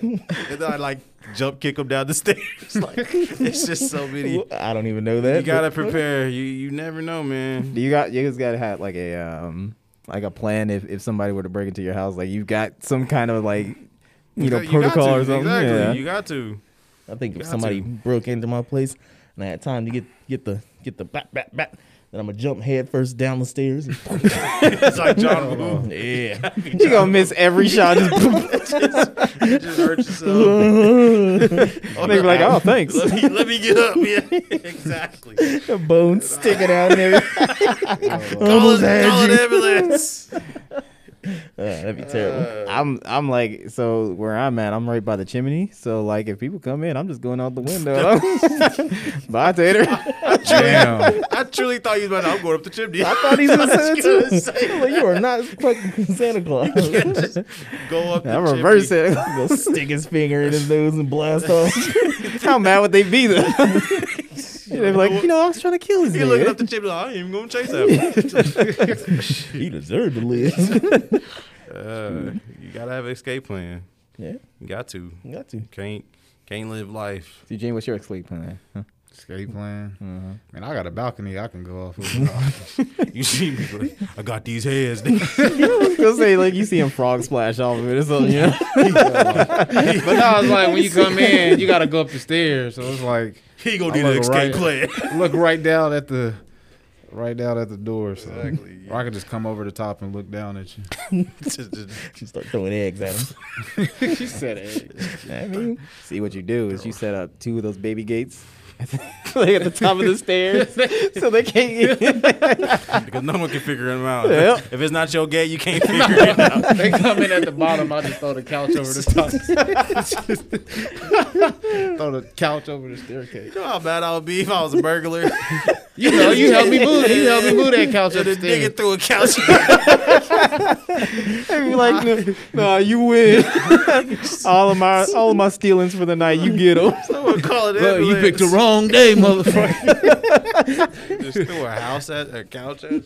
D: And then I like jump kick him down the <laughs> stairs. Like, it's just so many.
C: I don't even know that.
D: You gotta prepare. You you never know, man.
B: You got you just gotta have like a um like a plan if, if somebody were to break into your house. Like you've got some kind of like you know
D: got- got
B: protocol
D: to,
B: or something.
D: Exactly.
B: Yeah.
D: You got to. <laughs>
C: I think if
D: got
C: somebody
D: to.
C: broke into my place and I had time to get get the get the bat bat bat, then I'm gonna jump head first down the stairs. and-
D: It's like John Woo. <laughs>
C: <laughs> yeah.
B: You're gonna miss every shot. Just
D: You just
B: <laughs>
D: hurt yourself.
B: They be like, oh, thanks.
D: Let me, let me get up. <laughs> Yeah, exactly.
C: The bone sticking out <laughs> uh, there.
D: Call,
C: Almost
D: an-
C: had
D: call an
B: <laughs>
C: you.
D: ambulance.
C: Uh, that'd be terrible.
B: I'm I'm like so where I'm at. I'm right by the chimney. So like if people come in, I'm just going out the
D: <laughs>
B: window. <laughs> Bye, Tater.
A: Damn.
D: I truly thought you was about to, I'm going up the chimney.
C: I thought he was gonna say it
D: <laughs> I
C: too.
D: was gonna say,
C: Like, you are not fucking
D: <laughs>
C: Santa Claus. <laughs>
D: yeah, just go up the
B: I'm reverse
D: chimney.
B: it. <laughs>
C: He gonna stick his finger in his nose and blast off.
D: <laughs>
B: How mad would they be? Though? They're like, you know, I was trying to kill this
D: He looking up
B: dude.
D: the chimney. Like, I ain't even gonna chase that.
C: <laughs> he deserved to live. <laughs>
D: uh, you gotta have an escape plan.
C: yeah,
D: You got to.
C: got to.
D: Can't can't live life.
B: So, Jane, what's your escape plan? <laughs> Huh?
A: Escape plan. Man, I got a balcony I can go <laughs> off of.
D: You see me? like, I got these heads. <laughs>
B: Go say like you see him frog splash off of it or something. You know?
A: but no, it's like when you come in, you got to go up the stairs. So it's like
D: he gonna
A: I
D: do the
A: look
D: escape
A: right.
D: plan.
C: <laughs>
A: look right down at the right down at the door. So or I could just come over the top and look down at you.
D: Just- just-
C: She start throwing eggs at him.
A: she said
D: <laughs>
A: it.
C: I mean,
B: See what you do is you set up two of those baby gates. <laughs> like at the top of the <laughs> stairs, so they can't. <laughs> Get
D: because no one can figure them out.
B: Yep.
D: If it's not your gay, you can't
C: <laughs>
D: figure it
A: <laughs>
D: out.
A: They come in at the bottom. I just throw the couch over the <laughs> top. throw the couch over the staircase.
D: You know how bad I would be if I was a
C: <laughs>
D: burglar.
A: You know, you helped me move. You helped me move that couch <laughs>
D: Just
A: up the
D: digging
A: stairs.
D: through a couch. <laughs>
B: You're like, no, nah, you win. <laughs> all of my, all of my stealings for the night, you get them.
D: Someone call it
A: Look, you
D: ambulance.
A: picked the wrong day, motherfucker.
D: <laughs> Just threw a house at a couch at. you.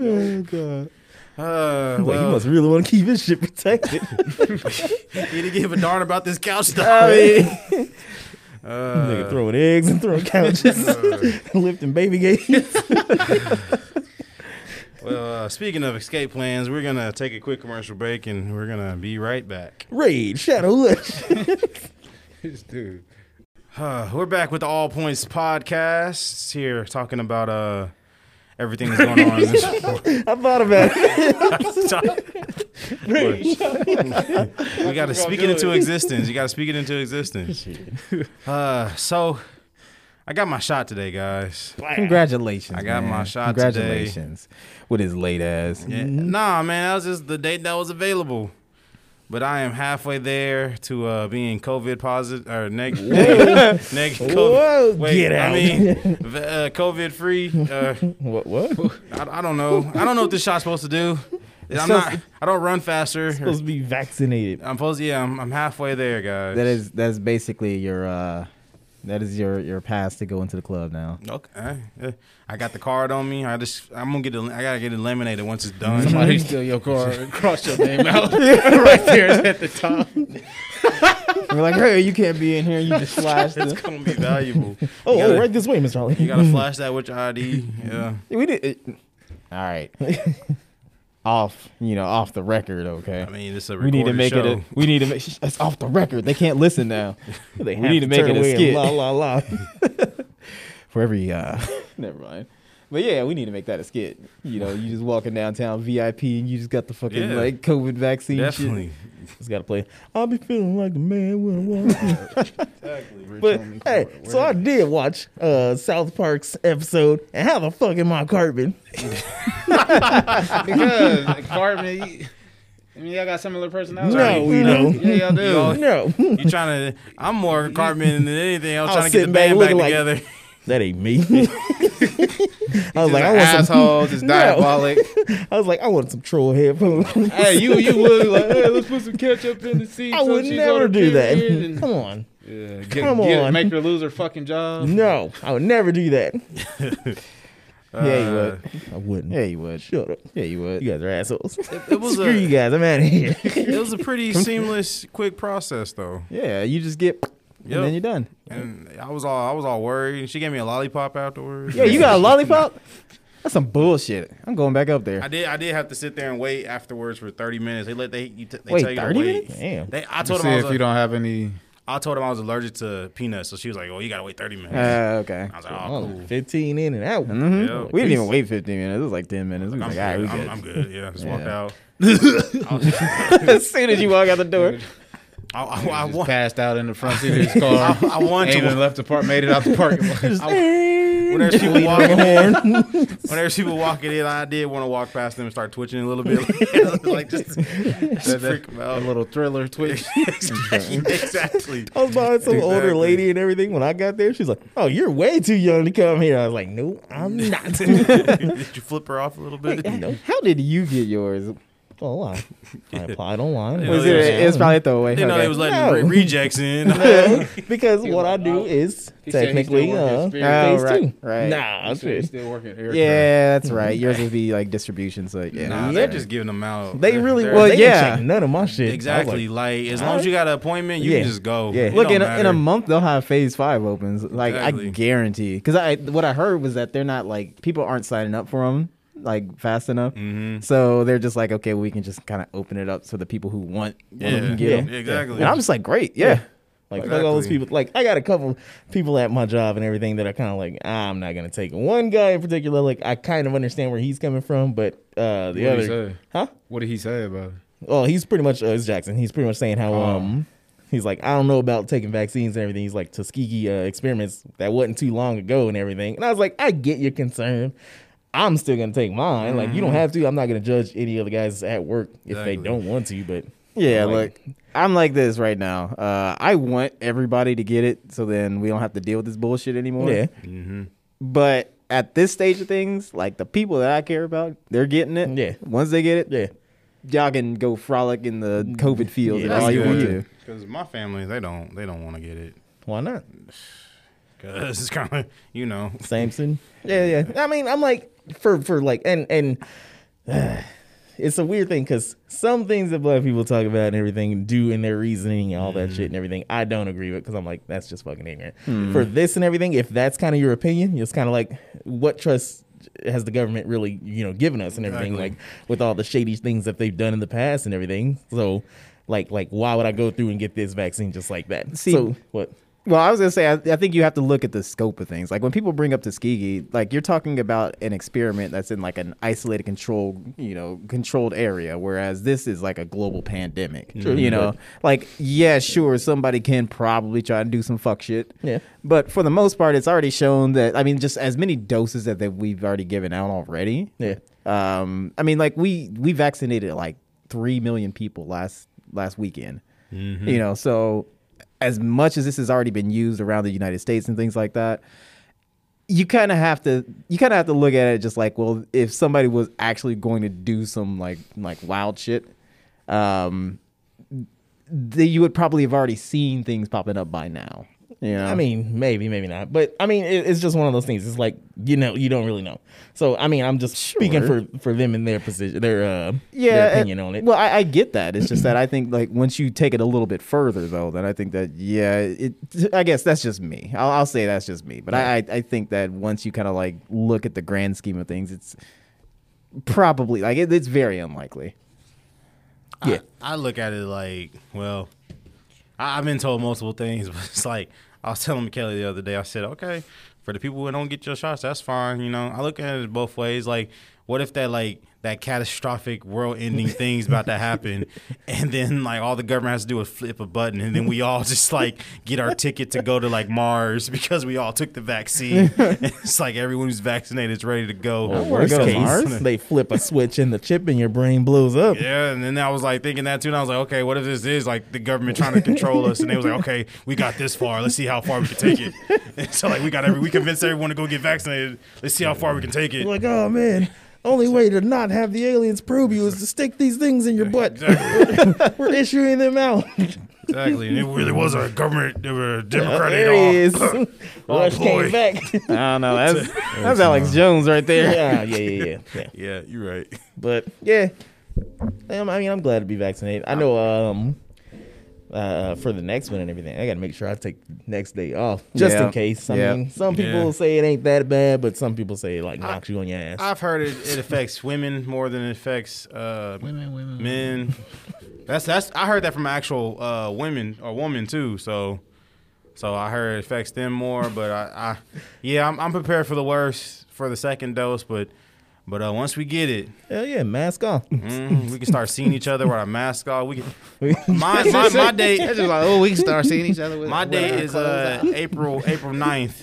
B: Oh god.
D: Uh,
C: like, you
D: well,
C: must really want to keep his shit protected.
D: you didn't give a darn about this couch Uh,
B: I
D: stuff.
B: <laughs> mean,
C: Nigga throwing eggs and <laughs> throwing
D: uh,
C: couches, lifting baby gates. <laughs>
D: well, uh, speaking of escape plans, we're gonna take a quick commercial break and we're gonna be right back.
C: Raid, shadow, look.
A: Dude.
D: Uh, we're back with the All Points podcast here, talking about uh everything that's going on. in this
C: I thought about it.
D: we got to speak it into existence. You got to speak it into
C: <laughs>
D: existence. Uh, so I got my shot today, guys.
B: congratulations.
D: I got
B: man.
D: my shot today.
B: Congratulations. With his late ass.
D: Yeah. Nah, man, that was just the date that was available. But I am halfway there to uh, being COVID positive or neg- <laughs> negative.
C: Whoa,
D: COVID. Wait,
C: get out.
D: I mean, v- uh, COVID free. Uh,
C: <laughs> What? What? <laughs>
D: I, I don't know. I don't know what this shot's supposed to do. I'm not. I don't run faster.
C: supposed to be vaccinated.
D: I'm supposed. Yeah, I'm, I'm halfway there, guys.
B: That is that's basically your uh that is your your pass to go into the club now.
D: Okay. Uh, I got the card on me. I just I'm gonna get it. I gotta get it laminated once it's done.
A: Somebody steal your car and cross your
B: <laughs>
A: name out <laughs> right there at the top.
B: We're like, hey, you can't be in here. You just flashed.
D: <laughs> it's
B: the-
D: gonna
B: <laughs>
D: be valuable.
C: Oh,
D: you gotta,
C: oh, right this way, Mr. Holly. <laughs>
D: You gotta flash that with your ID. Yeah.
B: we did. It. All right. <laughs> off, you know, off the record. Okay.
D: I mean, it's a
B: We need to make it.
D: show.
B: A, we need to make. sh- It's off the record. They can't listen now.
C: They
B: we
C: have
B: need to make
C: turn
B: it a
C: away and
B: skit.
C: La la la. <laughs>
B: For every. uh <laughs> Never mind. But yeah, we need to make that a skit. You know, you just walking downtown VIP and you just got the fucking
D: Yeah.
B: like COVID vaccine. shit.
D: <laughs> Definitely.
C: Just gotta play. I'll be feeling like the man with a woman.
D: Exactly.
C: <laughs> But hey, so I did watch uh South Park's episode, and how the fuck am I carping? <laughs>
A: Because Cartman, you, I mean, y'all got similar personalities.
C: No, we don't.
A: Yeah, y'all do.
D: Y'all-
C: No,
B: <laughs>
D: You trying to? I'm more Cartman than anything. I'm
C: I was
D: trying to get the
C: sitting back
D: band back
C: looking like-
D: together.
C: <laughs> that ain't <laughs> me. I was like, I want some.
A: assholes.
C: <laughs>
A: It's diabolic.
C: I was like, I want some troll headphones.
A: hey, you, you would like, hey, let's put some ketchup in the seat.
C: I
A: so
C: would
A: she's
C: never
A: on
C: do that.
A: period
C: <laughs>
A: and-
C: Come on,
A: yeah, get,
C: Come
A: get-
C: on.
A: make her lose her fucking job.
C: no, I would never do that.
B: <laughs> Yeah, you
D: Uh,
B: would.
C: I wouldn't.
B: Yeah, you would.
C: Shut up.
B: Yeah, you would.
C: You guys are assholes.
D: it was
C: Screw you
D: a
C: guys. I'm out of here.
D: it was
B: <laughs>
D: a pretty seamless, quick process though.
B: Yeah, you just get.
D: Yep.
B: And then you're done.
D: And I was all I was all worried. and She gave me a lollipop afterwards.
B: Yeah, you got a lollipop. That's some bullshit. I'm going back up there.
D: I did. I did have to sit there and wait afterwards for thirty minutes. They let they you t- they
B: Wait,
D: tell you
B: 30
D: to wait.
B: minutes?
C: Damn.
D: They, I
A: To
D: told
A: see
D: them I was.
A: if you don't have any.
D: I told them I was allergic to peanuts, so she was like, "Oh, you gotta wait thirty minutes."
B: Uh, okay.
D: I was like, "Oh,
C: Oh,
D: cool."
C: 15 in and out. <laughs>
B: Mhm.
D: Yeah.
B: We didn't even wait 15 minutes. It was like 10 minutes. We was
D: I'm,
B: like, all right, we
D: good. I'm,
B: good.
D: I'm good. Yeah, just walked
B: Yeah.
D: out.
B: as soon as you walk out the door.
D: I, I, I,
A: just
D: wa-
A: passed out in the front seat of his car.
D: I wanted
A: Ain't
D: to-
A: even left the park. Made it out the parking lot.
D: whenever she was walking in,
B: <laughs>
D: whenever she was walking in, I did want to walk past them and start twitching a little bit, <laughs> like just, just freak 'em
A: A
D: out.
A: little thriller twitch.
D: <laughs> exactly.
C: I was behind some older
D: Exactly.
C: lady and everything. When I got there, she's like, "Oh, you're way too young to come here." I was
D: <laughs>
C: like, "No, I'm not." <laughs>
D: did you flip her off a little bit?
C: No.
B: How did you get yours?
C: Oh, I, I applied online.
D: You know,
B: Was
D: they
B: it,
D: was-
B: it's probably a throwaway.
D: Didn't know
B: Okay. <laughs>
D: they was letting
C: No.
D: re- rejects in.
C: No,
D: <laughs>
C: because what I
A: like,
C: do
A: oh,
C: is
A: he said he
C: technically
A: still worked his spirit.
C: uh,
B: Oh,
C: phase
B: right,
C: two.
B: right.
C: Nah, shit.
A: still working. Eric
B: yeah, that's right. Yours would be like distribution, so yeah.
D: Mm-hmm. Nah, they're just giving them out.
C: They
D: They're-
C: really
D: they're-
C: well,
B: Well,
C: they
B: yeah.
C: yeah. None of my shit. I was
D: Exactly.
C: like,
D: Like as long as you got an appointment, you
C: Yeah.
D: can just go.
C: Yeah.
D: It
B: Look
D: don't
B: in a, in
D: matter.
B: a month they'll have phase five opens. Like I
D: Exactly.
B: guarantee, because I what I heard was that they're not like people aren't signing up for them like fast enough.
D: Mm-hmm.
B: So they're just like, okay, we can just kind of open it up so the people who want
D: Yeah,
B: yeah. can get
C: Yeah.
B: them.
D: exactly.
B: And I'm just like, great, yeah.
C: like fuck all those
D: Exactly.
C: people. Like I got a couple people at my job and everything that are kind of like "Ah, I'm not gonna take it." one guy in particular. Like I kind of understand where he's coming from, but uh, the
A: What did he
C: other,
A: say?
C: huh?
A: What did he say about it?
C: Well, he's pretty much uh, it's Jackson. He's pretty much saying how
A: Oh.
C: um he's like I don't know about taking vaccines and everything. He's like Tuskegee uh, experiments that wasn't too long ago and everything. And I was like, I get your concern. I'm still gonna take mine. Like you
A: Mm-hmm.
C: don't have to. I'm not gonna judge any of the guys at work if they
D: Exactly.
C: don't want to. But
B: Yeah,
C: Like-
B: look, I'm like this right now. Uh, I want everybody to get it, so then we don't have to deal with this bullshit anymore.
C: yeah,
B: But at this stage of things, like the people that I care about, they're getting it.
C: Yeah.
B: Once they get it,
C: yeah.
B: y'all can go frolic in the COVID fields
C: Mm,
B: and
C: Yeah,
D: That's
B: all you want
D: good.
B: to.
D: Cause my family, they don't, they don't want to get it.
C: Why not?
D: Cause it's kind of, you know,
C: Samson. Yeah, yeah. I mean, I'm like for for like and and <sighs> it's a weird thing because some things that black people talk about and everything and do in their reasoning and all that shit and everything, I don't agree with because I'm like that's just fucking ignorant. For this and everything, if that's kind of your opinion, it's kind of like what trust has the government really you know given us and everything
D: Exactly.
C: like with all the shady things that they've done in the past and everything. So. Like, like, why would I go through and get this vaccine just like that?
B: See-
C: so what?
B: Well, I was gonna say, I, I think you have to look at the scope of things. Like when people bring up Tuskegee, like you're talking about an experiment that's in like an isolated, controlled, you know, controlled area, whereas this is like a global pandemic.
C: True.
B: You know, like yeah, sure, somebody can probably try and do some fuck shit.
C: Yeah.
B: But for the most part, it's already shown that I mean, just as many doses that, that we've already given out already.
C: Yeah.
B: Um, I mean, like we we vaccinated like three million people last last weekend.
C: Mm-hmm.
B: You know, so as much as this has already been used around the United States and things like that, you kind of have to you kind of have to look at it just like, well, if somebody was actually going to do some like like wild shit, um, th- you would probably have already seen things popping up by now. You know,
C: I mean, maybe, maybe not. But I mean, it, it's just one of those things. It's like you know, you don't really know. So I mean, I'm just speaking
B: Sure.
C: for for them in their position, their uh,
B: yeah,
C: their
B: and-
C: opinion on it.
B: Well, I, I get that. It's just that I think like once you take it a little bit further, though, then I think that yeah, it. I guess that's just me. I'll, I'll say that's just me. But I, I I think that once you kind of like look at the grand scheme of things, it's probably like it, it's very unlikely.
C: Yeah.
D: I, I look at it like, well, I, I've been told multiple things, <laughs> but it's like I was telling Kelly the other day. I said, okay, for the people who don't get your shots, that's fine. You know, I look at it both ways. Like, what if that like that catastrophic
C: <laughs>
D: world-ending thing's about to happen, and then like all the government has to do is flip a button, and then we all <laughs> just like get our ticket to go to like Mars because we all took the
C: <laughs>
D: vaccine. <laughs> it's like everyone who's vaccinated is ready to go.
C: Or
B: we're
C: worst
B: gonna
C: case,
B: Mars?
C: <laughs> they flip a switch and the chip in your brain blows up.
D: Yeah, and then I was like thinking that too, and I was like, okay, what if this is like the government trying to control us? And they was like, okay, we got this far, let's see how far we can take it. <laughs> And so like we got every, we convinced everyone to go get vaccinated. Let's see how far we can take it.
C: You're like, oh man, only way to not have the aliens probe you is to stick these things in your butt.
D: <laughs> Exactly,
C: <laughs> We're issuing them out.
D: <laughs> exactly. And it really was a government, they were a Democrat.
C: there
D: they all- <laughs>
C: he is. Rush
D: boy.
C: came back.
B: <laughs>
C: <laughs>
B: I don't know. That's that's Alex Jones right there.
C: yeah, yeah, yeah, yeah, yeah.
D: Yeah, you're right. <laughs>
C: But yeah, um, I mean, I'm glad to be vaccinated. I know um, uh, for the next one and everything, I got to make sure I take the next day off just
B: Yeah.
C: in case. I
B: Yeah.
C: mean, some people
D: Yeah.
C: say it ain't that bad, but some people say it like knocks you on your ass.
D: I've heard it, it affects women more than it affects uh,
A: Women, women.
D: men. That's that's I heard that from actual uh, women or woman too. So so I heard it affects them more. But I, I yeah, I'm, I'm prepared for the worst for the second dose. But but uh, once we get it,
C: Hell yeah,
D: <laughs>
C: mask off.
D: mm, we can start seeing each other with our mask off. We can, my, my my day uh,
C: <laughs>
A: That's just like, oh, we can start seeing each other. With
D: my day is uh, April April 9th.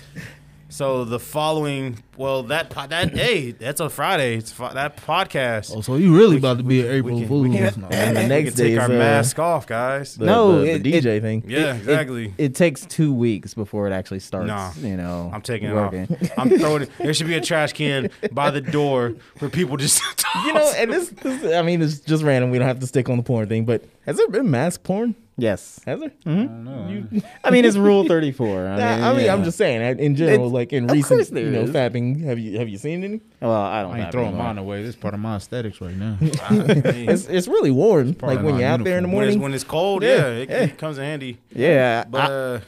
D: So the following, well, that po- that day, that's on Friday. It's fo- that podcast.
E: Oh, so you really about to be an
D: we
E: April
D: can-
E: Fool?
D: we
E: or
D: can-
E: something.
C: And the
D: we
C: next
D: can take
C: day
D: our
C: is, uh,
D: mask off, guys.
C: The,
B: No,
C: the,
B: it-
C: the DJ thing.
D: yeah,
B: <laughs> It-
D: exactly.
B: It, it takes two weeks before it actually starts.
D: Nah.
B: you know,
D: I'm taking it
B: working.
D: off. I'm throwing it. There should be a trash can by the door for people just. <laughs>
C: You know, and this, this, I mean, it's just random. We don't have to stick on the porn thing, but has there been mask porn?
B: <laughs> Yes,
C: Has there?
B: Mm-hmm.
A: I don't know. You,
B: I mean it's Rule Thirty Four. I mean,
C: Nah, I mean,
B: yeah.
C: I'm just saying, uh, in general,
B: It's-
C: like in
B: of course
C: recent,
B: there
C: you know,
B: is.
C: fapping. Have you have you seen any?
B: Well, I don't.
A: I ain't
B: have
A: throwing
B: anymore.
A: mine away. This is part of my aesthetics right now.
C: It's it's really warm.
A: part
C: Like
A: of
C: when
A: my
C: you're out there in the
A: uniform.
D: when, it's,
C: morning.
D: when it's cold,
C: Yeah,
D: yeah, it, it comes in handy.
B: Yeah,
D: But uh,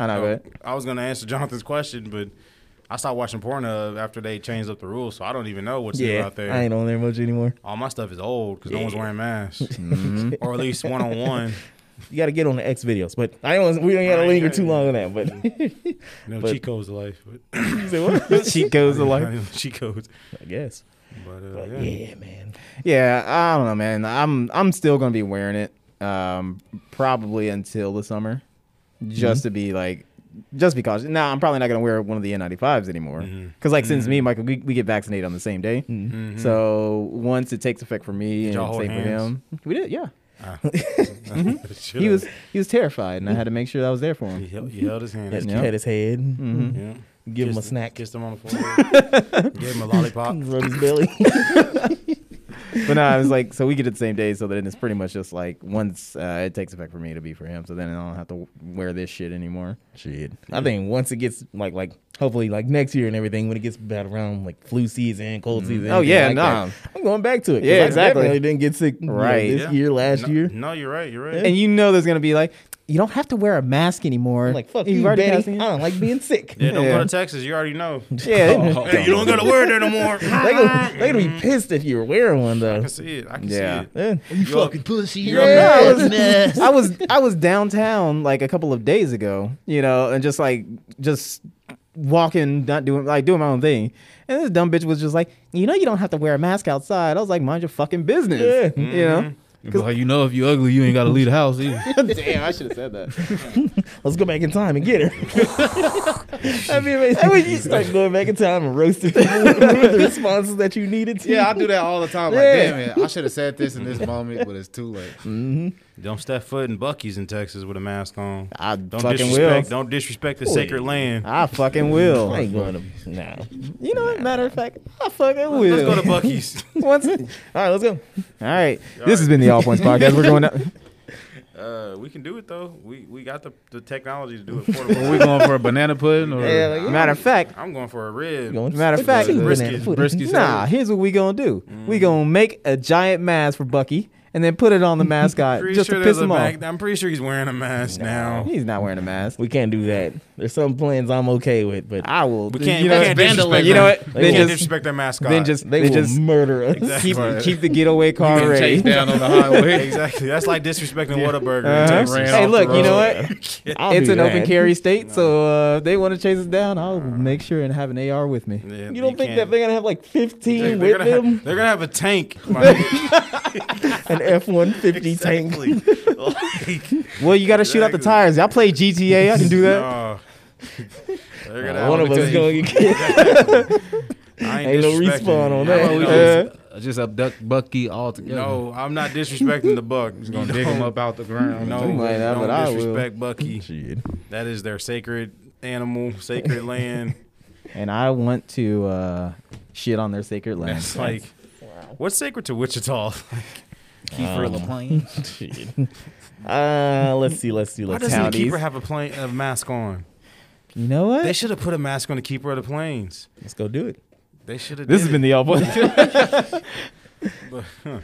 B: I, I know.
D: oh,
B: but
D: I was gonna answer <laughs> Jonathan's question, but I stopped watching Pornhub after they changed up the rules, so I don't even know what's new
C: yeah,
D: out there.
C: I ain't on there much anymore.
D: All my stuff is old because no one's wearing
B: <laughs>
D: masks,
B: Mm-hmm.
D: or at least one on one.
C: You got to get on the X videos, but I don't. We don't got to
D: Right,
C: linger
D: yeah.
C: too long on
D: <laughs>
C: that. But <laughs>
D: No
C: But-
D: Chico's life. But
C: you
D: <laughs>
C: say
B: <laughs>
C: what?
B: she goes along.
D: Chico's.
C: I guess.
D: But, uh,
C: But
D: yeah.
C: yeah, man.
B: Yeah, I don't know, man. I'm I'm still gonna be wearing it, um, probably until the summer,
D: Mm-hmm.
B: just to be like, just because. Now I'm probably not gonna wear one of the N95s anymore, because
D: Mm-hmm.
B: like since me and Michael, we, we get vaccinated on the same day,
D: <laughs>
B: so once it takes effect for me and
D: y'all hold
B: same for
D: hands?
B: him, we did. Yeah,
D: Should
B: mm-hmm. he
D: have.
B: was he was terrified, and I had to make sure that I was there for
D: <laughs> He
B: him.
D: held, he held his hand.
C: Let's
B: Yeah. Mm-hmm.
C: pet his head. <laughs>
D: Yeah.
C: Give him a
D: Kissed
C: snack.
D: Kissed him on
B: <laughs>
D: the forehead. gave him a lollipop.
C: Rub his belly. <laughs>
B: but no, I was like, so we get it the same day, so then it's pretty much just like once uh, it takes effect for me to be for him, so then I don't have to wear this shit anymore.
C: Shit. I think once it gets like like hopefully like next year and everything when it gets about around like flu season, cold season.
B: Oh,
C: anything
B: yeah,
C: like that,
B: nah.
C: I'm going back to it. 'cause
B: Yeah,
C: I
B: exactly.
C: definitely didn't get sick you know,
B: Right.
C: this year,
D: no,
C: last year.
D: No, you're right. You're right.
B: and you know there's gonna be like you don't have to wear a mask anymore.
C: I'm like fuck
B: You've
C: you, Oh.
B: already
C: Betty.
B: passed
C: I don't like being sick.
D: yeah, don't
B: yeah.
D: go to Texas. You already know.
B: it. <laughs> Yeah,
D: hey, you don't gotta wear it
B: <laughs>
D: anymore.
C: <laughs> They
D: I
C: gonna, they gonna be pissed if you were wearing one though.
D: can see it. I can
B: Yeah.
D: see it.
C: Yeah.
E: You
D: You're up-
E: fucking pussy. You're
C: you're up-
E: a
B: Yeah, I was-
E: mess.
B: I was I was downtown like a couple of days ago, you know, and just like just walking, not doing like doing my own thing. And this dumb bitch was just like, you know, you don't have to wear a mask outside. I was like, mind your fucking business,
C: Yeah.
B: you know.
D: Mm-hmm.
E: Like you know, if you ugly, you ain't gotta leave the house
A: <laughs>
E: either.
B: Damn, I should have said that.
C: Let's go back in time and <laughs> get her. That'd be amazing. I mean, you start going back in time and roasting <laughs> people with the responses that you needed to.
A: Yeah, I do that all the time. Like,
C: Yeah.
A: damn it, I should have said this in this moment, but it's too late.
D: Don't step foot in Bucky's in Texas with a mask on.
B: I
D: Don't
B: fucking will.
D: disrespect. Don't disrespect the sacred land.
B: I fucking will.
C: I ain't going to. No. All
B: you know, matter of fact, I fucking will.
D: Let's go
B: <laughs>
D: to Bucky's.
B: Once, all
C: right, let's go.
B: right. This has been the All
D: <laughs>
B: Points podcast. We're going up.
D: Uh, we can do it though. We we got the, the technology to do
B: <laughs>
D: it. Portable.
A: Are we going for a banana pudding or
C: Yeah, like,
B: Matter of fact,
D: I'm going for a rib.
C: Going to-
B: Matter of fact,
C: Banana
D: brisket-
C: pudding.
A: brisket?
B: nah, here's what we gonna do.
D: Mm.
B: We gonna make a giant mask for Bucky and then put it
D: <laughs>
B: on the mascot
D: Pretty
B: just
D: sure
B: to
D: there's
B: piss
D: a
B: him off.
D: mask- I'm pretty sure he's wearing a mask now.
B: He's not wearing a mask.
C: We can't do that. There's some plans I'm okay with, but
B: I will.
D: We can't.
B: You
D: You
B: know,
D: we can't disrespect.
B: you know
D: them.
B: what?
D: We
B: Then
D: can't
B: just-
D: disrespect their mascot.
B: <laughs> then
D: <laughs>
B: just
C: they
B: then
C: will
B: just
C: murder us.
D: Exactly.
B: <laughs> keep keep
D: <laughs>
B: the getaway car ready.
A: Chase down on the highway. <laughs>
D: exactly. That's like disrespecting Whataburger
B: Uh-huh.
D: in Texas.
A: Ran
B: Hey,
A: off
B: look,
A: the
B: you know
D: <laughs>
A: road.
B: what?
C: I'll
B: it's
C: do
B: an open
C: that.
B: carry state, so uh, if they want to chase us down. I'll make sure and have an AR with
D: <laughs>
B: me.
D: Yeah,
C: You don't think
D: can't-
C: that they're gonna have like 15
D: they're,
C: with
D: they're gonna
C: them?
D: Have, they're gonna have
B: <laughs>
D: a tank, like,
C: An F-150 tank.
B: <laughs>
D: exactly. Like,
B: Well, you got to shoot out the
D: Exactly.
B: tires. Y'all play GTA. I can do that. <laughs>
D: <laughs> no. They're gonna have
C: One of
D: a
C: us
D: tank.
C: going again.
D: <laughs> I
C: Ain't no
D: disrespecting-
C: respawn on
D: Yeah,
C: that.
A: We
D: no.
B: Uh,
A: just, just abduct Bucky altogether.
D: No, I'm not disrespecting
B: <laughs>
D: the buck.
A: Just <laughs> gonna dig him up out the ground.
D: No,
B: You might have,
D: don't
B: but I will.
D: disrespect Bucky. That is their sacred animal,
B: <laughs>
D: sacred land.
B: And I want to uh, shit on their sacred land.
D: It's like, what's sacred to Wichita?
A: Kiefer LaPlante.
C: <laughs> Shit. Uh, let's see, let's see,
D: Why
C: let's see.
D: doesn't the
B: counties.
D: keeper have a plane a mask on?
B: You know what?
D: They should have put a mask on the keeper of the planes.
C: Let's go do it.
D: They should have.
B: This
D: did
B: has been the All Boys.
D: it.
B: <laughs>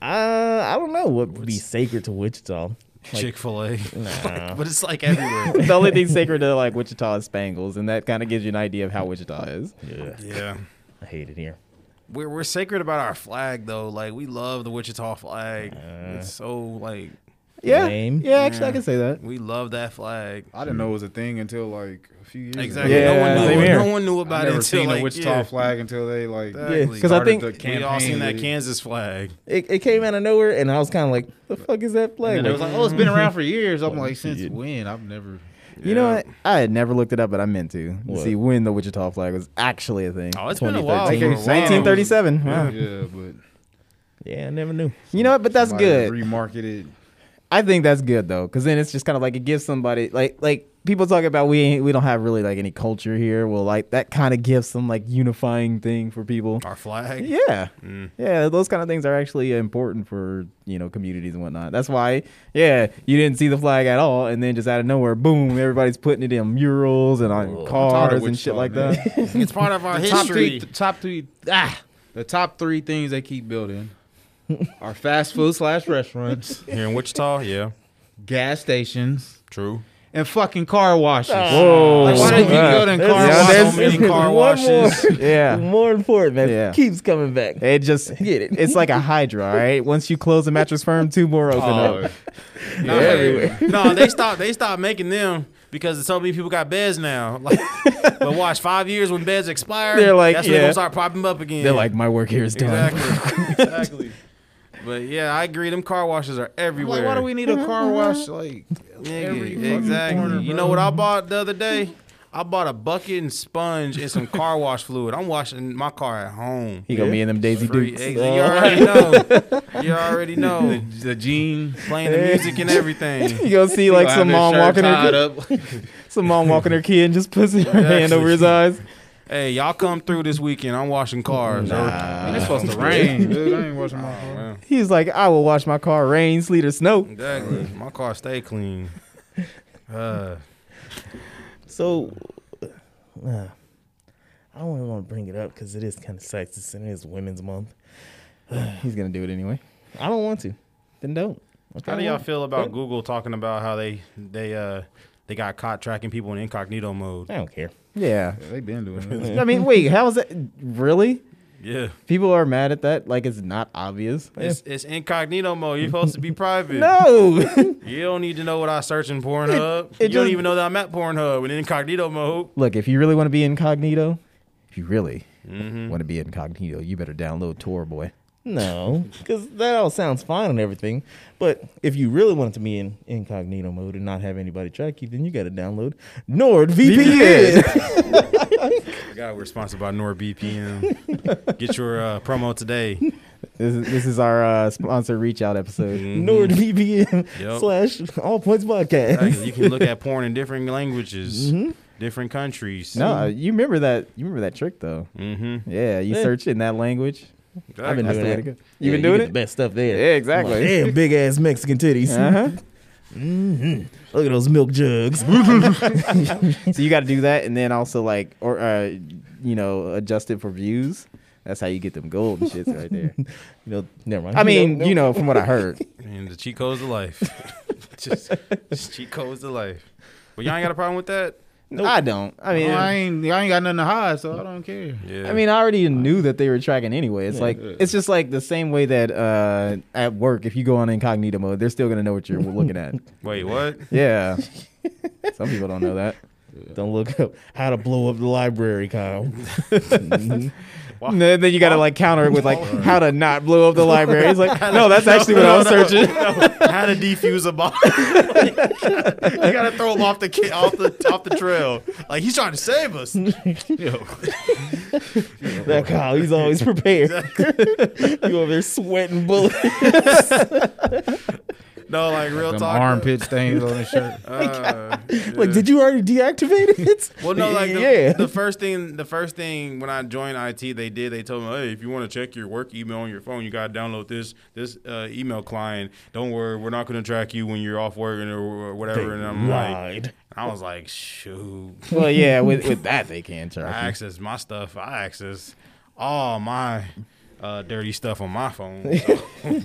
C: Uh, I don't know what would be sacred to Wichita. Like-
D: Chick
B: <laughs>
D: Fil A,
C: Nah.
D: but it's like everywhere.
B: the only thing sacred to like Wichita is Spangles, and that kind of gives you an idea of how Wichita is.
C: yeah,
D: yeah,
C: I hate it here.
D: we're we're sacred about our flag though. Like we love the Wichita flag. it's so like
B: Yeah,
C: Lame.
B: yeah. Actually, I
D: Yeah.
B: can say that.
D: we love that flag.
A: I didn't know it was a thing until like a few years.
D: Exactly.
A: Ago.
B: Yeah.
D: no one
B: same
D: knew.
B: here.
D: No one knew
A: I
D: about it
A: never
D: until
A: seen
D: like
A: a Wichita
D: yeah,
A: flag until they like.
D: Exactly.
B: 'Cause I
A: started
B: think-
A: the
D: We all seen
A: campaign
D: that
A: with it.
D: Kansas flag.
C: It, it came out of nowhere, and I was kind of like, "The fuck is that flag?"
A: And it was
C: Like,
A: like, oh, it's been around for years. I'm like, since when? I've never.
B: You know what? I had never looked it up, but I meant to, to
C: What?
B: see when the Wichita flag was actually a thing.
D: Oh, it's been a while.
C: 2013.
D: for a while.
B: 1937. Wow.
A: Yeah, but
C: Yeah, I never knew.
B: You know what? But that's
A: somebody
B: good.
A: Remarketed.
B: I think that's good though, because then it's just kind of like it gives somebody like like people talk about we ain't, we don't have really like any culture here. Well, like that kind of gives some like unifying thing for people.
D: Our flag. Mm.
B: Yeah, yeah, those kind of things are actually important for you know communities and whatnot. That's why, yeah, you didn't see the flag at all, and then just out of nowhere, boom, everybody's putting it in murals and on cars and
A: Wichita,
B: shit like
A: man. <laughs>
B: that.
D: It's part of our
E: Top three,
D: history.
E: the top three, ah, the top three things they keep building are fast food slash restaurants,
D: Here in Wichita, yeah.
E: gas stations,
D: True.
E: and fucking car washes.
C: Ah. Whoa.
E: Like, why they keep building
C: There's-
E: car
C: yeah,
E: washes?
C: there's-
E: So many
B: <laughs>
D: <laughs>
C: there's
E: car
C: one more.
E: washes.
B: yeah,
C: <laughs> More important that
B: Yeah.
C: keeps coming back.
B: it just get it. It's like a hydra, all right. Once you close a mattress firm, two more open up.
A: Oh,
D: No, no, they stopped. They stopped making them because so many people got beds now. <laughs> Like, but watch five years when beds expire,
B: They're like,
D: that's when
B: yeah.
D: they gonna start popping up again.
B: They're like, my work here is done.
D: exactly, <laughs> exactly. But yeah, I agree. Them car washes are everywhere.
A: like, why do we need a car
E: <laughs>
A: wash? Like, every
D: Nigga,
A: fucking
D: exactly.
A: corner,
D: you
A: bro?
D: know what I bought the other day? I bought a bucket and sponge and some car wash fluid. I'm washing my car at home.
B: He gonna be in them Daisy
D: Free
B: Dukes.
D: exit. You already know. You already know.
E: The jeans.
D: Playing the music and everything.
B: <laughs> <laughs> You gonna see like
E: Have
B: some
E: their
B: mom
E: shirt
B: walking
E: tied
B: her
E: up.
B: some mom walking her kid and just puts her hand over his eyes.
D: Hey, y'all come through this weekend. I'm washing cars.
A: Man, it's supposed to rain, dude. I ain't washing my car.
D: Man,
B: He's like, I will wash my car, rain, sleet, or snow.
D: Exactly. My car stay clean. Uh,
C: So, uh, I don't even want to bring it up because it is kind of sexist and it is Women's Month.
B: He's gonna do it anyway.
C: I don't want to. Then don't. Okay,
D: how do
C: I
D: y'all
C: won't.
D: feel about Google talking about how they they uh they got caught tracking people in incognito mode?
C: I don't care.
B: Yeah.
A: Yeah, they been doing it.
B: I mean, wait, how is that really?
D: Yeah.
B: People are mad at that? Like it's not obvious.
D: It's, it's incognito mode. You're supposed to be private.
C: <laughs>
B: No.
D: You don't need to know what I search in Pornhub.
B: it
D: you don't
B: just-
D: even know that I'm at Pornhub in incognito mode.
B: Look, if you really want to be incognito, if you really want to be incognito, you better download Tor <laughs> boy.
C: No, because that all sounds fine and everything. But if you really want it to be in incognito mode and not have anybody track you, then you got to download
B: <laughs>
C: NordVPN. <laughs>
D: God, we're sponsored by
B: <laughs>
D: NordVPN. Get your uh, promo today.
B: This is, this is our uh, sponsor reach out episode. <laughs>
C: NordVPN
D: Yup.
C: slash All Points Podcast.
D: Exactly. You can look at porn in different languages, different countries.
B: Mm-hmm. No, uh, you remember that. You remember that trick though.
D: Mm-hmm.
B: Yeah, you
C: Yeah.
B: search in that language.
C: <laughs> I've been
B: That's
C: doing
B: the way
C: that.
B: to go.
C: Yeah,
B: You've been
C: you
B: doing
C: get
B: it.
C: The best stuff there.
B: Yeah, exactly.
C: Like, Damn, big ass Mexican titties. Mm-hmm.
B: Uh-huh.
C: <laughs> Look at those
B: <laughs>
C: milk jugs.
B: so you got to do that, and then also like, or uh, you know, adjust it for views. That's how you get them gold and shits right <laughs> there.
C: You know, never mind.
B: I mean, you know, from what I <laughs> heard.
D: And the cheat codes of life. <laughs> just, just cheat codes of life. But y'all ain't got a problem with that?
B: I don't. I mean,
A: I
B: I,
A: ain't, I ain't got nothing to hide, so I don't care.
D: Yeah.
B: mean, I already knew that they were tracking anyway. It's like it's just like the same way that uh, at work, if you go on incognito mode, they're still gonna know what you're looking <laughs> at.
D: Wait, what?
B: Yeah. Some people don't know that.
C: don't look up how to blow up the library,
B: <laughs>
C: Kyle.
B: And Mm-hmm. then, then you gotta like counter it with like how to not blow up <laughs> the library. It's like, no,
D: <laughs>
B: that's actually what I was <laughs> searching.
D: How to defuse
B: <laughs>
D: a bomb? you gotta throw him off the ki- off the off the trail. Like he's trying to save us.
C: that Kyle, he's always prepared. <laughs> you over there sweating bullets.
D: No, like real
A: Them
D: talk.
A: armpit stains on his shirt.
D: uh,
C: Like, did you already deactivate it?
D: Well, no, like the,
C: yeah.
D: the first thing, the first thing when I joined IT, they did. They told me, hey, if you want to check your work email on your phone, you gotta download this this uh, email client. Don't worry, we're not gonna track you when you're off work and- or whatever. and <laughs> I'm like,
C: lied.
D: I was like, shoot.
B: Well, yeah, with, with that they can
D: I
B: track.
D: access my stuff. I access all my uh, dirty stuff on my
B: <laughs>
D: phone. So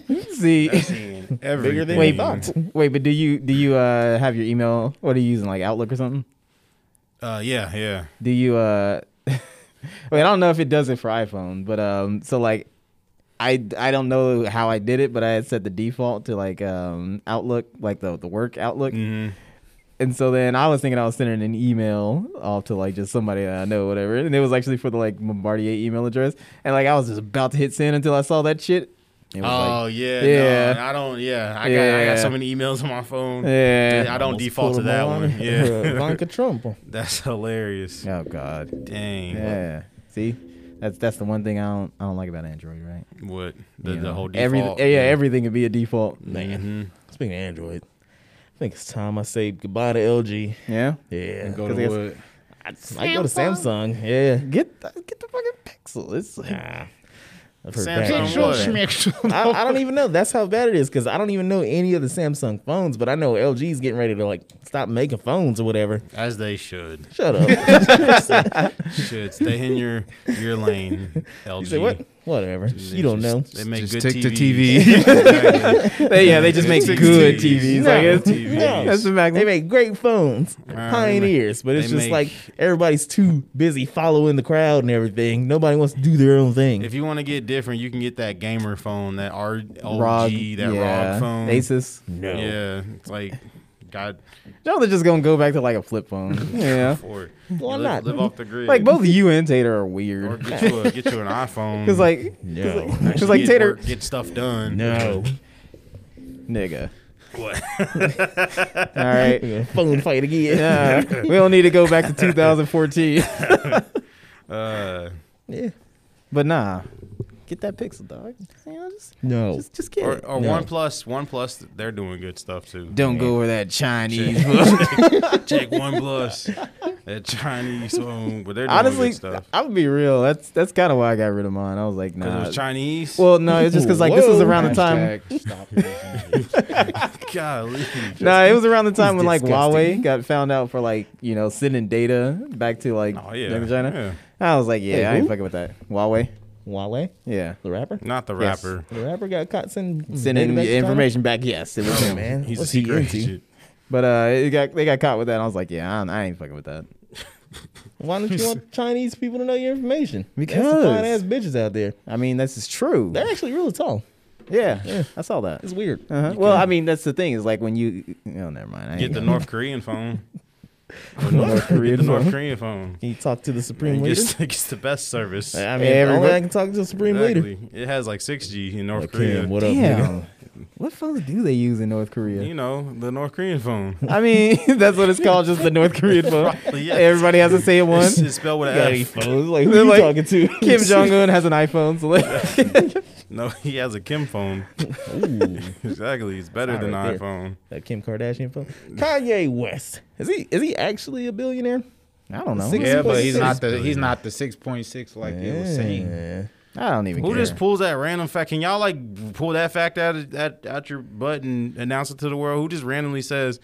B: you. See,
D: I'm seeing
C: Bigger than
B: Wait,
C: you thought.
B: wait, but do you do you uh, have your email? What are you using, like Outlook or something?
D: Uh, yeah, yeah.
B: Do you? uh <laughs> Wait, I don't know if it does it for iPhone, but um, so like, I I don't know how I did it, but I had set the default to like um Outlook, like the the work Outlook.
D: Mm-hmm.
B: And so then I was thinking I was sending an email off to like just somebody that I know, whatever. And it was actually for the like Bombardier email address. And like I was just about to hit send until I saw that shit. It was
D: Oh
B: like,
D: yeah,
B: Yeah.
D: No, I don't. Yeah, I got I
B: Yeah.
D: got so many emails on my phone.
B: Yeah.
D: I don't
C: Almost
D: default to
C: pulled
D: that
C: him on.
D: one. Yeah,
C: Ivanka Trump.
D: that's hilarious.
B: oh god,
D: Dang,
B: yeah. See, that's that's the one thing I don't I don't like about Android, right?
D: what the,
B: You
D: the
B: know,
D: whole default?
B: every- yeah, everything could be a default.
D: Mhm.
C: Mm-hmm. Speaking of Android, I think it's time I say goodbye to LG.
B: Yeah,
C: Yeah.
A: Go
B: 'Cause
A: to
B: it's-
A: what?
C: I go to Samsung. Yeah.
B: get the, get the fucking Pixel. It's like,
C: Nah. I've heard
D: Samsung
C: bad
D: what?
C: things. I, I don't even know. That's how bad it is because I don't even know any of the Samsung phones, but I know LG's getting ready to like stop making phones or whatever.
D: As they should.
C: Shut up.
D: Should stay in your
B: <laughs>
D: your lane. LG.
C: you say what? Whatever.
D: They
C: you don't
D: just-
C: know.
D: They make
A: Just
D: good
A: take the
D: TVs. <laughs> Exactly.
B: they, yeah, they just make
D: Six
B: good
D: TVs.
B: TVs. Like
C: No,
B: it's,
D: TVs.
B: that's the
C: They
B: maximum.
C: make great phones,
D: they
C: pioneers, but it's
D: they
C: just
D: make-
C: like everybody's too busy following the crowd and everything. Nobody wants to do their own thing.
D: If you want to get different, you can get that gamer phone, that ROG,
B: ROG,
D: that
B: yeah,
D: ROG phone.
B: Asus.
C: no.
D: Yeah, it's like God
B: No, they're just gonna go back to like a flip
D: <laughs>
B: phone. Yeah,
D: for it.
C: Why
D: live,
C: not?
D: live off the grid.
B: like both you and Tater are <laughs>
D: Or
B: weird.
D: get you, a, get you an iPhone.
B: Cause like, <laughs>
C: No.
B: cause like
D: get
B: Tater,
D: work, get stuff done.
C: No.
B: nigga.
D: What?
B: <laughs> All right.
C: Phone fight again.
B: Yeah, we don't need to go back to 2014.
D: Uh,
C: Yeah.
B: <laughs> but nah, get that Pixel, dog. You know, just,
C: <laughs> No.
B: just, just get
D: or
B: it.
D: or
C: No.
D: OnePlus, OnePlus, they're doing good stuff too.
B: Don't go over that Chinese. <laughs> book.
D: <laughs> Check OnePlus, that Chinese phone, but they're doing
B: Honestly,
D: good stuff.
B: I'm gonna be real. That's that's kind of why I got rid of mine. I was like,
D: Because it
B: nah.
D: was Chinese.
B: Well, no, it's just because like this was
C: Whoa.
B: around the time.
A: Hashtag stop using it.
D: golly.
B: Nah, it was around the time when like
C: disgusting.
B: Huawei got found out for like you know sending data back to like
D: Oh yeah,
B: young China.
D: yeah.
B: I was like, yeah,
C: Hey,
B: I ain't
C: who?
B: fucking with that. Huawei.
C: Huawei,
B: Yeah.
C: the rapper.
D: Not the
B: Yes.
D: rapper.
C: The rapper got caught sending
B: Sending
C: data back to China?
B: information back. Yes, it was
C: Oh,
B: him.
C: man,
D: He's
C: What's
D: a
C: he
D: secret
C: into?
D: agent.
B: But uh, it got they got caught with that. And I was like, yeah, I, don't- I ain't fucking with that.
C: Why don't
B: <laughs>
C: you want Chinese people to know your information?
B: Because-
C: fine ass bitches out there.
B: I mean, this is true.
C: They're actually really tall.
B: Yeah, I saw that.
C: It's weird.
B: Uh-huh. Well, I mean, that's the thing is like when you. Oh, never mind. I
D: Get
B: ain't
D: the
B: gonna-
D: North Korean
C: <laughs>
D: phone.
B: North
D: Get the
B: Korean
D: North
B: phone.
D: Korean phone.
C: Can you talk to the supreme
D: And
C: leader?
D: <laughs> gets, gets the best service.
C: I mean,
B: Everybody-
C: only I can talk to the supreme leader.
D: Exactly. It has like 6G in North Korea.
C: what up, nigga?
B: Damn. what phones do they use in North
D: You
B: Korea?
D: know, the North Korean
C: <laughs>
D: phone.
B: I mean, <laughs> that's what it's called, just the North
D: <laughs>
B: Korean phone.
D: yes.
B: Everybody has the same one.
C: <laughs>
D: It's, it's spelled with
C: You got
D: an
C: any
D: F.
C: phones? Like,
B: <laughs>
C: who
B: They're
C: you
B: like,
C: talking to?
B: <laughs> Kim Jong Un has an iPhone. So like,
D: <laughs> No, he has a Kim phone.
C: <laughs> Ooh,
D: <laughs> exactly. It's better
C: Right
D: than
C: there.
D: iPhone.
C: that Kim Kardashian phone. Kanye West is he? Is he actually a billionaire?
B: I don't know.
C: Six-
A: Yeah,
D: <laughs>
A: but he's not the
D: billion.
A: he's not the six point six like it was saying.
C: Yeah.
B: I don't even
D: Who
B: care.
D: just pulls that random fact? Can y'all like pull that fact out of, out, out your butt and announce it to the world? Who just randomly says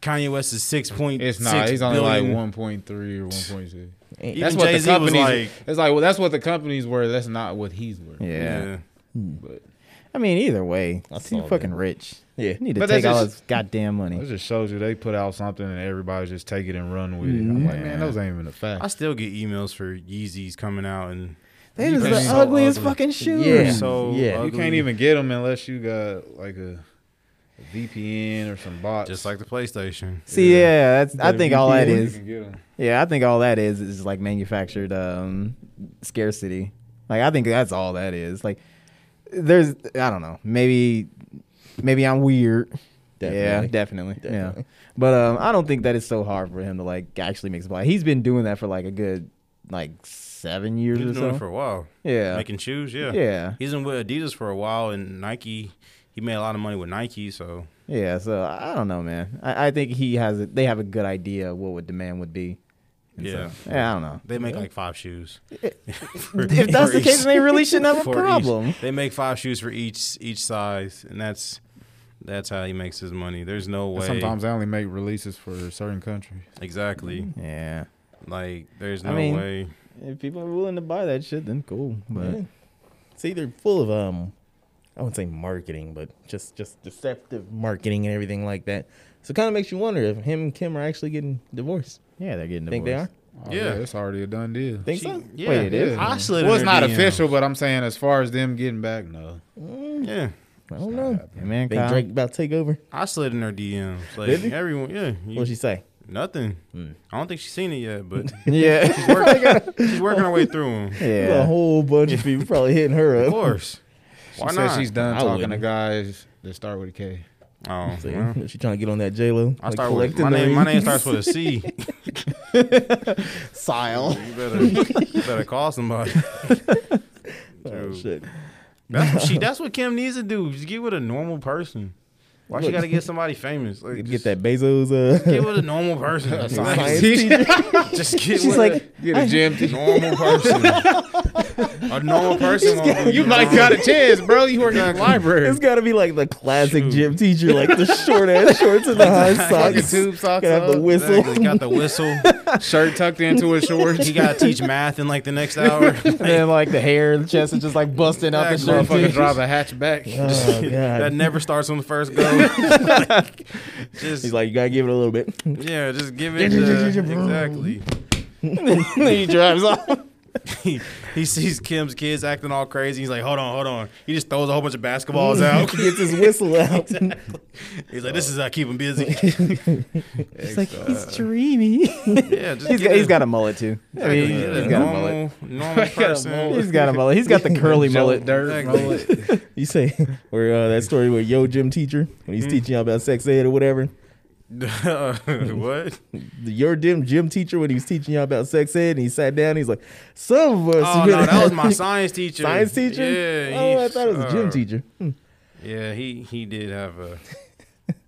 D: Kanye West is six point?
A: It's not. he's only like one point three or one point six.
D: Even
A: That's what
D: Jay
A: the
D: Z was
A: companies.
D: like.
A: it's like well, that's what the companies were. That's not what he's worth.
B: yeah.
D: Yeah.
A: But
B: I mean, either way,
C: That's
B: he's
C: all
B: fucking rich.
C: Yeah.
B: You need to
A: But
B: take
A: that's
B: all
A: just-
B: his goddamn
A: that
B: money.
A: just shows you they put out something and everybody just take it and run with it. I'm like, man, those ain't even a fact.
D: Mm-hmm. I still get emails for Yeezys coming out and
B: That is
D: They're
B: the
D: so
B: ugliest
D: ugly.
B: fucking shoes.
C: Yeah.
D: so
C: Yeah. You
A: You
D: ugly.
A: can't even get them unless you got like a, a VPN or some bots.
D: just like the PlayStation.
B: See, yeah, that's. I think all that
A: You
B: is.
A: can get 'em.
B: Yeah, I think all that is is like manufactured um, scarcity. Like I think that's all that is. Like there's I don't know. Maybe maybe I'm weird. Yeah,
C: Definitely.
B: definitely. Yeah.
C: Definitely.
B: But um I don't think that it's so hard for him to like actually make supply. He's been doing that for like a good like 7 years
D: He's
B: or
D: been doing
B: so.
D: it for a while.
B: yeah.
D: Making shoes, yeah.
B: yeah.
D: He's been with Adidas for a while and Nike. He made a lot of money with Nike, so
B: Yeah, so I I don't know, man. I, I think he has a, they have a good idea of what would demand would be. And so-
D: Yeah.
B: yeah, I don't know.
D: they make like five shoes.
B: <laughs>
D: <laughs>
B: If that's the case, then they really shouldn't have a
D: For each-
B: problem.
D: They make five shoes for each each size, and that's that's how he makes his money. There's no way.
A: Sometimes they only make releases for certain countries.
D: exactly.
B: Yeah.
D: Like there's
B: Mm. I
D: no
B: mean-
D: way.
B: If people are willing to buy that shit, then cool. But
C: Yeah. See, they're full of um, I wouldn't say marketing, but just just deceptive marketing and everything like that. So it kind of makes you wonder if him and Kim are actually getting divorced.
B: yeah, they're getting
C: Think
B: divorced.
C: they are?
A: Oh,
D: Yeah.
A: yeah. it's already a done deal.
C: Think so?
D: yeah,
B: Wait, it is?
D: I slid
A: Well,
D: in
A: it's
D: her
A: not
D: DMs.
A: official, but I'm saying as far as them getting back, no.
D: Yeah,
C: I don't know.
B: Yeah, man,
C: Think
B: Kyle.
C: Drake about to take over?
D: I slid in her DMs. Like
C: Did you?
D: everyone, yeah. you-
C: What'd she say?
D: nothing. I don't think she's seen it yet, but
B: <laughs>
C: <laughs>
B: Yeah.
D: she's working, she's working her way through them.
C: A
B: yeah.
C: whole bunch of people probably hitting her
D: Of
C: up.
D: course.
A: She
D: Why
A: said
D: not?
A: she's done
C: I
A: talking to
C: wouldn't.
A: guys that start with a
D: <laughs>
A: K.
D: Oh,
C: See,
D: well.
C: <laughs> she trying to get on that J Lo.
D: I start with my name. My name starts with a C.
B: Sile.
D: You better, you better call somebody. <laughs>
C: Oh,
D: Dude.
C: shit.
D: That's what she. That's what Kim needs to do. Just get with a normal person. Why she
C: Look.
D: got to get somebody famous? Like,
C: Get
D: just
C: that Bezos.
D: Get
C: Uh,
D: with a normal person. That's all.
C: science
D: <laughs> Just-
C: teacher.
D: Just get
B: She's
D: with
B: like,
A: Get a gym.
D: a normal person. <laughs> a normal person. won't do
A: you
D: no
A: might
D: wrong.
A: got a chance, bro. You work in the library.
D: <laughs>
C: It's got to be like the classic
D: Shoot.
C: gym teacher, like the
D: <laughs>
C: short ass shorts and the high socks.
A: tube socks
C: Gotta have the
A: up,
C: whistle.
D: Exactly. Got the whistle.
A: shirt tucked into
D: <laughs>
A: his shorts.
D: He got to teach math in like the next hour.
B: <laughs> And then like the hair, the chest is just like busting out the
D: Exactly.
A: <laughs> Motherfucker
B: shirt. too.
A: drive a hatchback.
C: Oh,
D: that
C: God.
D: never starts on the first go. Like, just
C: He's like, you gotta give it a
D: <laughs>
C: little bit.
D: yeah, just give it the, exactly.
B: Then he drives off.
D: <laughs> He, he sees Kim's kids acting all crazy. He's like, hold on, hold on. He just throws a whole bunch of basketballs out.
C: <laughs> He gets his whistle out. <laughs>
D: He's like, this is how I keep him busy.
B: He's like, he's dreamy.
D: yeah,
B: <laughs>
D: just
B: He's
D: get
B: got, he's
D: a-
B: got a mullet too. I mean,
D: get
B: he's
D: a
B: got a mullet.
D: normal,
C: <laughs>
D: normal person.
B: He's got a mullet. He's got the curly mullet.
A: dirt
D: Exactly.
A: mullet.
C: You say where uh, that story where yo gym teacher when
D: Hmm.
C: he's teaching y'all about sex ed or whatever.
D: <laughs>
C: <laughs>
D: what?
C: The, your gym gym teacher when he was teaching y'all about sex ed and he sat down. He's like, some of us.
D: Oh
C: really-
D: no, that
C: <laughs>
D: was my science teacher.
C: science teacher.
D: Yeah.
C: oh,
D: he-
C: I thought it was a
D: uh,
C: gym teacher.
D: Yeah, he he did have
C: <laughs>
D: a.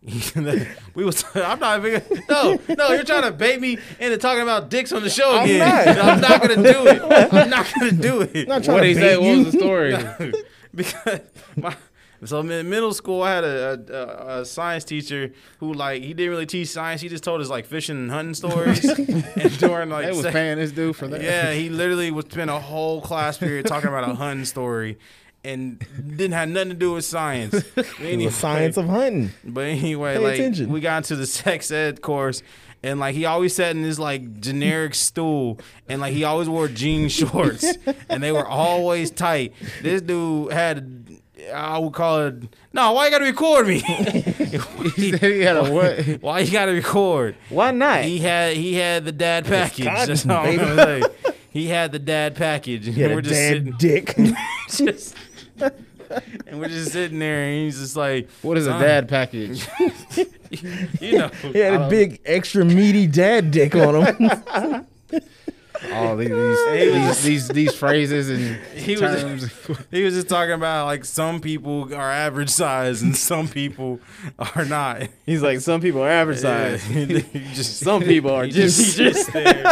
D: <laughs> we was. <laughs> I'm not even. No, no, you're trying to bait me into talking about dicks on the show
C: I'm
D: again.
C: not.
D: I'm not gonna do it. I'm not gonna do it.
C: I'm <laughs> not trying
A: What
C: to
A: he
C: bait
A: said? What
C: you.
A: was the
D: <laughs>
A: story?
D: because my so in middle school I had a, a, a, a science teacher who like he didn't really teach science. He just told us like fishing and hunting
C: <laughs>
D: stories. and during like
A: They was
D: sec-
A: paying this dude for that.
D: yeah, he literally would spend a whole class period talking about a hunting story. And didn't have nothing to do with
C: <laughs>
D: science.
C: The science of hunting.
D: But anyway,
C: Pay
D: like
C: attention.
D: we got into the <laughs> sex ed course, and like he always sat in this like
C: <laughs>
D: generic stool, and like he always wore jean shorts, and they were always tight. This dude had, I would call it. No, why you gotta record
C: <laughs>
D: me? <laughs>
A: He said <laughs> he had a what?
D: why you gotta record?
B: Why not?
D: He had he had the dad package.
C: cotton,
D: That's all I'm gonna say. He had the dad package, and
C: He had
D: we're
C: a
D: just
C: dad
D: sitting,
C: dick.
D: <laughs>
C: <laughs>
D: just, and we're just sitting there, and he's just like,
A: What is a
D: "Son,
A: dad package?
D: You know,
C: he had a big extra meaty dad dick on him.
A: All these these, these these these phrases and
D: <laughs> He was-
A: terms.
D: <laughs> He was just talking about like some people are average size and some people are not.
B: He's like, some people are average size.
A: <laughs>
D: just
B: Some people
D: <laughs>
B: are
D: he just,
B: just.
D: he just there.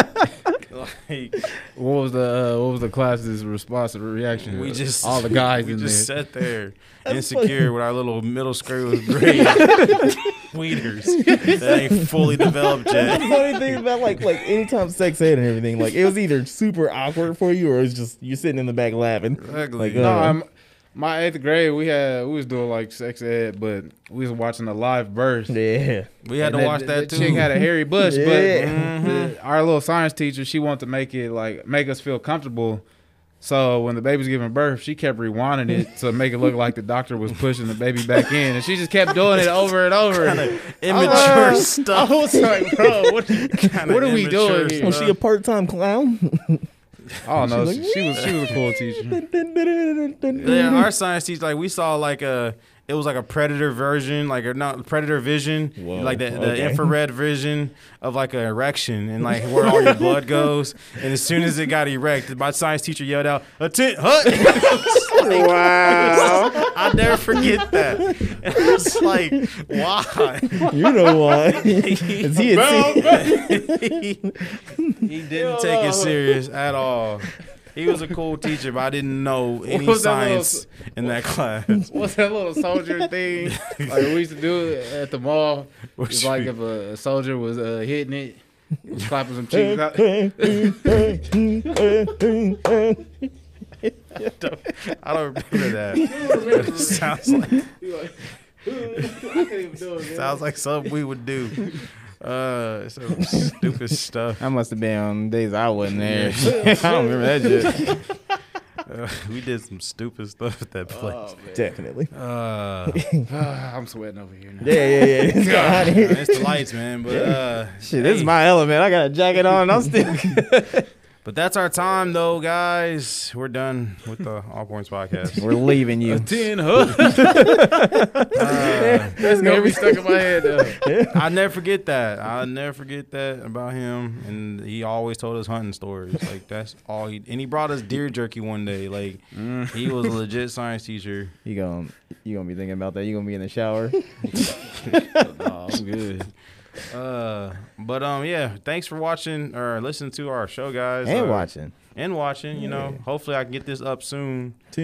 D: Like
A: What was the uh, what was the class's response or reaction?
D: we just
A: all the guys
D: we
A: in
D: just
A: there. <laughs>
D: sat there insecure with our little middle school grade tweeters that ain't fully
A: <laughs>
D: developed
C: That's <laughs> the
D: yet.
C: funny thing about like like anytime sex ed and everything, like it was either super awkward for you or it's just you sitting in the back laughing.
D: Ugly.
C: Like, uh,
A: No, I'm, my eighth grade, we had we was doing like sex ed, but we was watching a live birth.
C: Yeah.
D: we had
A: And
D: to
A: <laughs>
D: watch that,
A: the
D: too. Mm-hmm.
A: Chick had a hairy bush, but
C: Yeah.
A: the- our little science teacher, she wanted to make it like make us feel comfortable. So when the baby was giving birth, she kept rewinding it to make it look like the doctor was pushing the baby back in, and she just kept doing it over and over.
D: immature
A: Uh,
D: stuff.
A: I was like, bro, what?
D: <laughs> Kinda
A: what are we
D: immature
A: doing here?
D: stuff.
C: Was she a part time clown?
A: I don't know.
C: She's like,
A: she was she was a cool teacher.
D: Yeah, our science teacher, like we saw like a it was like a predator version, like or not predator vision,
C: Whoa,
D: like the, the
C: okay.
D: infrared vision of like an erection and like where all your blood goes. And as soon as it got erect, my science teacher yelled out, "Atten- <laughs> hut!" wow! I'll never forget that. <laughs> And I was like, "Why?"
C: you know why. 'Cause he had seen-
D: he didn't take it serious at all. He was a cool teacher, but I didn't know any
A: was that little-
D: science in that class.
A: What's that little
C: <laughs>
A: soldier thing? Like we used to do it at the mall. It's
D: Which
A: like
D: we-
A: if a, a soldier was uh, hitting it, clapping some cheeks out.
D: I don't remember that. But
C: <laughs>
D: it sounds like sounds like something we would do. Uh, some stupid stuff.
B: I must have been on days I wasn't there. <laughs> I don't remember that
C: <laughs>
B: shit.
D: Uh, we did some stupid stuff at that place.
C: <laughs> Definitely.
D: Uh,
E: Ah,
A: I'm sweating over here now.
C: Yeah, yeah, yeah.
E: <laughs>
C: It's got hot.
D: it's the lights, man. But uh,
B: Shit, this is
D: hey,
C: <laughs>
B: my element. I got a jacket on. I'm still.
D: But that's our time, though, guys. We're done with the All Points podcast.
B: We're
C: <laughs>
B: leaving you.
E: Ten hook.
D: Uh,
E: That's gonna be stuck in my head. Though.
D: I'll never forget that. I'll never forget that about him. And he always told us hunting stories. Like that's all he. And he brought us deer jerky one day. Like he was a legit science teacher.
B: <laughs> You gonna you gonna be thinking about that. You gonna be in the
C: <laughs>
B: shower.
E: Oh, <laughs> I'm good.
D: Uh, but um, yeah. Thanks for watching or listening to our show, guys.
B: and
D: Uh,
B: watching.
D: And watching. You know, hopefully I can get this up soon. <laughs>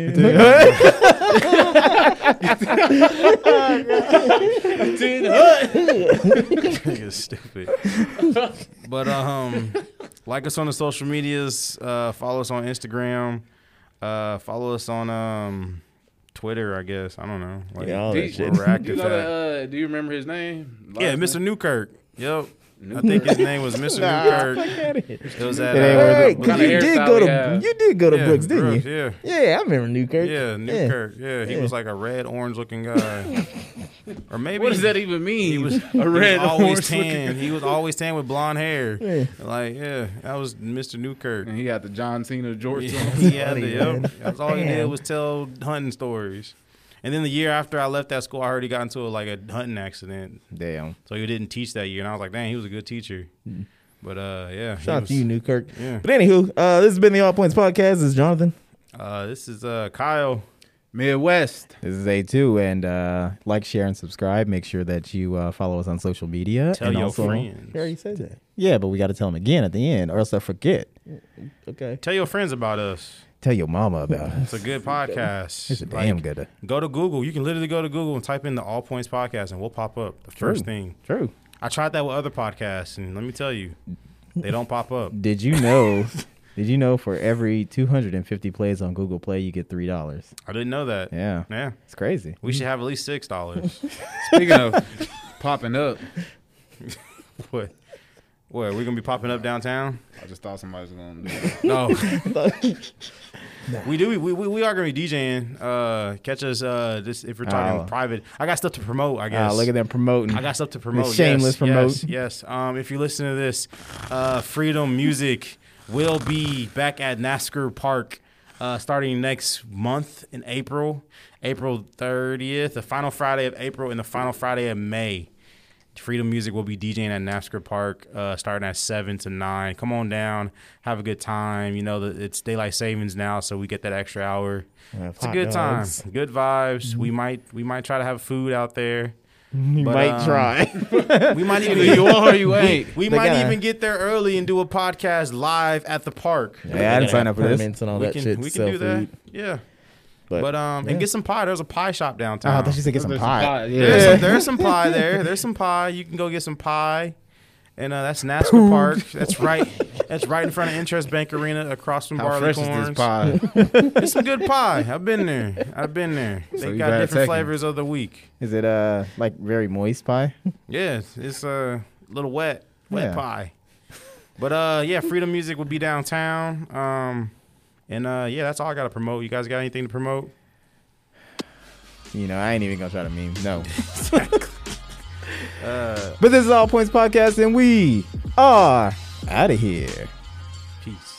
D: Nigga's stupid. but um, like us on the social medias. Uh, follow us on Instagram. Uh, follow us on um, Twitter. I guess I don't know. Like,
C: Yeah, all
E: Do
C: that
E: you-
D: where
C: shit.
A: <laughs>
D: we're
E: Do you
D: active
E: know that,
D: at.
E: uh, Do you remember his name?
D: yeah,
E: Last
D: Mr. Newkirk. Yep.
E: name?
D: I think his name was Mr. Newkirk.
C: Hey,
D: It was at
B: It ain't
D: uh,
B: worth
E: What
C: 'cause
E: kind
C: you
E: of
C: did
E: hairstyle
C: go
E: he
C: to
E: have?
C: you did go to Brooks, didn't you?
D: Yeah.
C: Yeah, I remember Newkirk.
D: Yeah, Newkirk. Yeah, he was like a red orange looking guy. or maybe
E: What does that even mean?
D: He
E: <laughs>
D: was
E: a
D: he
E: red
D: was always
E: horse looking-
D: tan. He was always tan with blonde hair.
C: Yeah.
D: Like, yeah, that was Mr. Newkirk.
A: Mm.
E: And he got the John Cena George.
D: Yeah,
E: on.
D: he had
C: funny,
D: to, yep.
C: man.
D: That's all he did
C: Damn.
D: was tell hunting stories. And then the year after I left that school, I already got into like a hunting accident.
B: Damn.
D: So he didn't teach that year, and I was like, dang, he was a good teacher. But uh, yeah, he
C: Shout out
D: was-
C: to you, Newkirk.
D: Yeah.
C: But anywho, uh, this has been the All Points Podcast. This is Jonathan.
D: Uh, this is uh Kyle.
E: Midwest.
B: This is A2, and uh, like, share, and subscribe. Make sure that you uh, follow us on social media.
D: Tell
B: and
D: your
B: also-
D: friends.
C: You already said that.
B: Yeah, but we got to tell them again at the end, or else they'll forget.
C: Okay.
D: Tell your friends about us.
B: Tell your mama about us.
D: <laughs> It's a good podcast.
B: It's a
D: Like,
B: damn good.
D: Go to Google. You can literally go to Google and type in the All Points Podcast, and we'll pop up. The first thing.
B: True.
D: I tried that with other podcasts, and let me tell you, they don't pop up.
B: Did you
D: <laughs>
B: know? did you know for every 250 plays on Google Play, you get three dollars?
D: I didn't know that.
B: Yeah,
D: Yeah.
B: it's crazy.
D: We should have at least
B: <laughs>
D: six dollars. <laughs>
E: Speaking of popping up,
D: what? What? We're gonna be popping
B: <laughs>
D: up downtown?
E: I just thought somebody was gonna. Do it.
D: No. we do. We, we, we are gonna be DJing. Uh, catch us. Uh, this if you're talking
B: Oh.
D: private. I got stuff to promote. I guess.
B: Ah, look at them promoting.
D: I got stuff to promote.
B: shameless
D: yes,
B: promote.
D: Yes, yes. Um, if you listen to this, uh, Freedom Music will be back at NASCAR Park uh, starting next month in April, April 30th, the final Friday of April and the final Friday of May. Freedom Music will be DJing at NASCAR Park uh, starting at 7 to 9. Come on down, have a good time. You know, the, it's daylight savings now, so we get that extra hour. It's a good time. Good vibes. We might we might try to have food out there.
C: Mm-hmm. You
D: But,
C: might
D: um,
C: try.
D: <laughs> We might even
E: Either you are or you ain't.
D: we
C: They
D: might
C: gotta-
D: even get there early and do a podcast live at the park.
B: yeah, I didn't sign up for this.
C: Permits and all
D: we
C: that
D: can
C: shit.
D: we can
C: sell
D: do that.
C: food.
D: Yeah.
C: But-
D: But, um
C: yeah.
D: and get some pie. There's a pie
B: Oh,
D: shop
B: I
D: downtown.
B: thought you said get some
E: There's
B: pie.
D: there's,
E: Yeah.
D: some, there's some pie there. There's some pie. You can go get some pie. And uh, that's NASCAR Park. That's right. That's right in front of Interest Bank Arena, across from
A: How
D: Barley
A: fresh is this
D: Corns.
A: pie?
D: It's some good pie. I've been there. I've been there.
A: So
D: they
A: you
D: got
A: gotta take
D: different
A: 'em.
D: flavors of the week.
B: Is it uh like very moist pie?
D: Yeah, it's- it's a little wet, wet
B: Yeah.
D: pie. But uh, yeah, Freedom Music will be downtown. Um, and uh, yeah, that's all I gotta promote. You guys got anything to promote?
B: You know, I ain't even gonna try to meme. No. but this is All Points Podcast, and we are out of here.
D: Peace.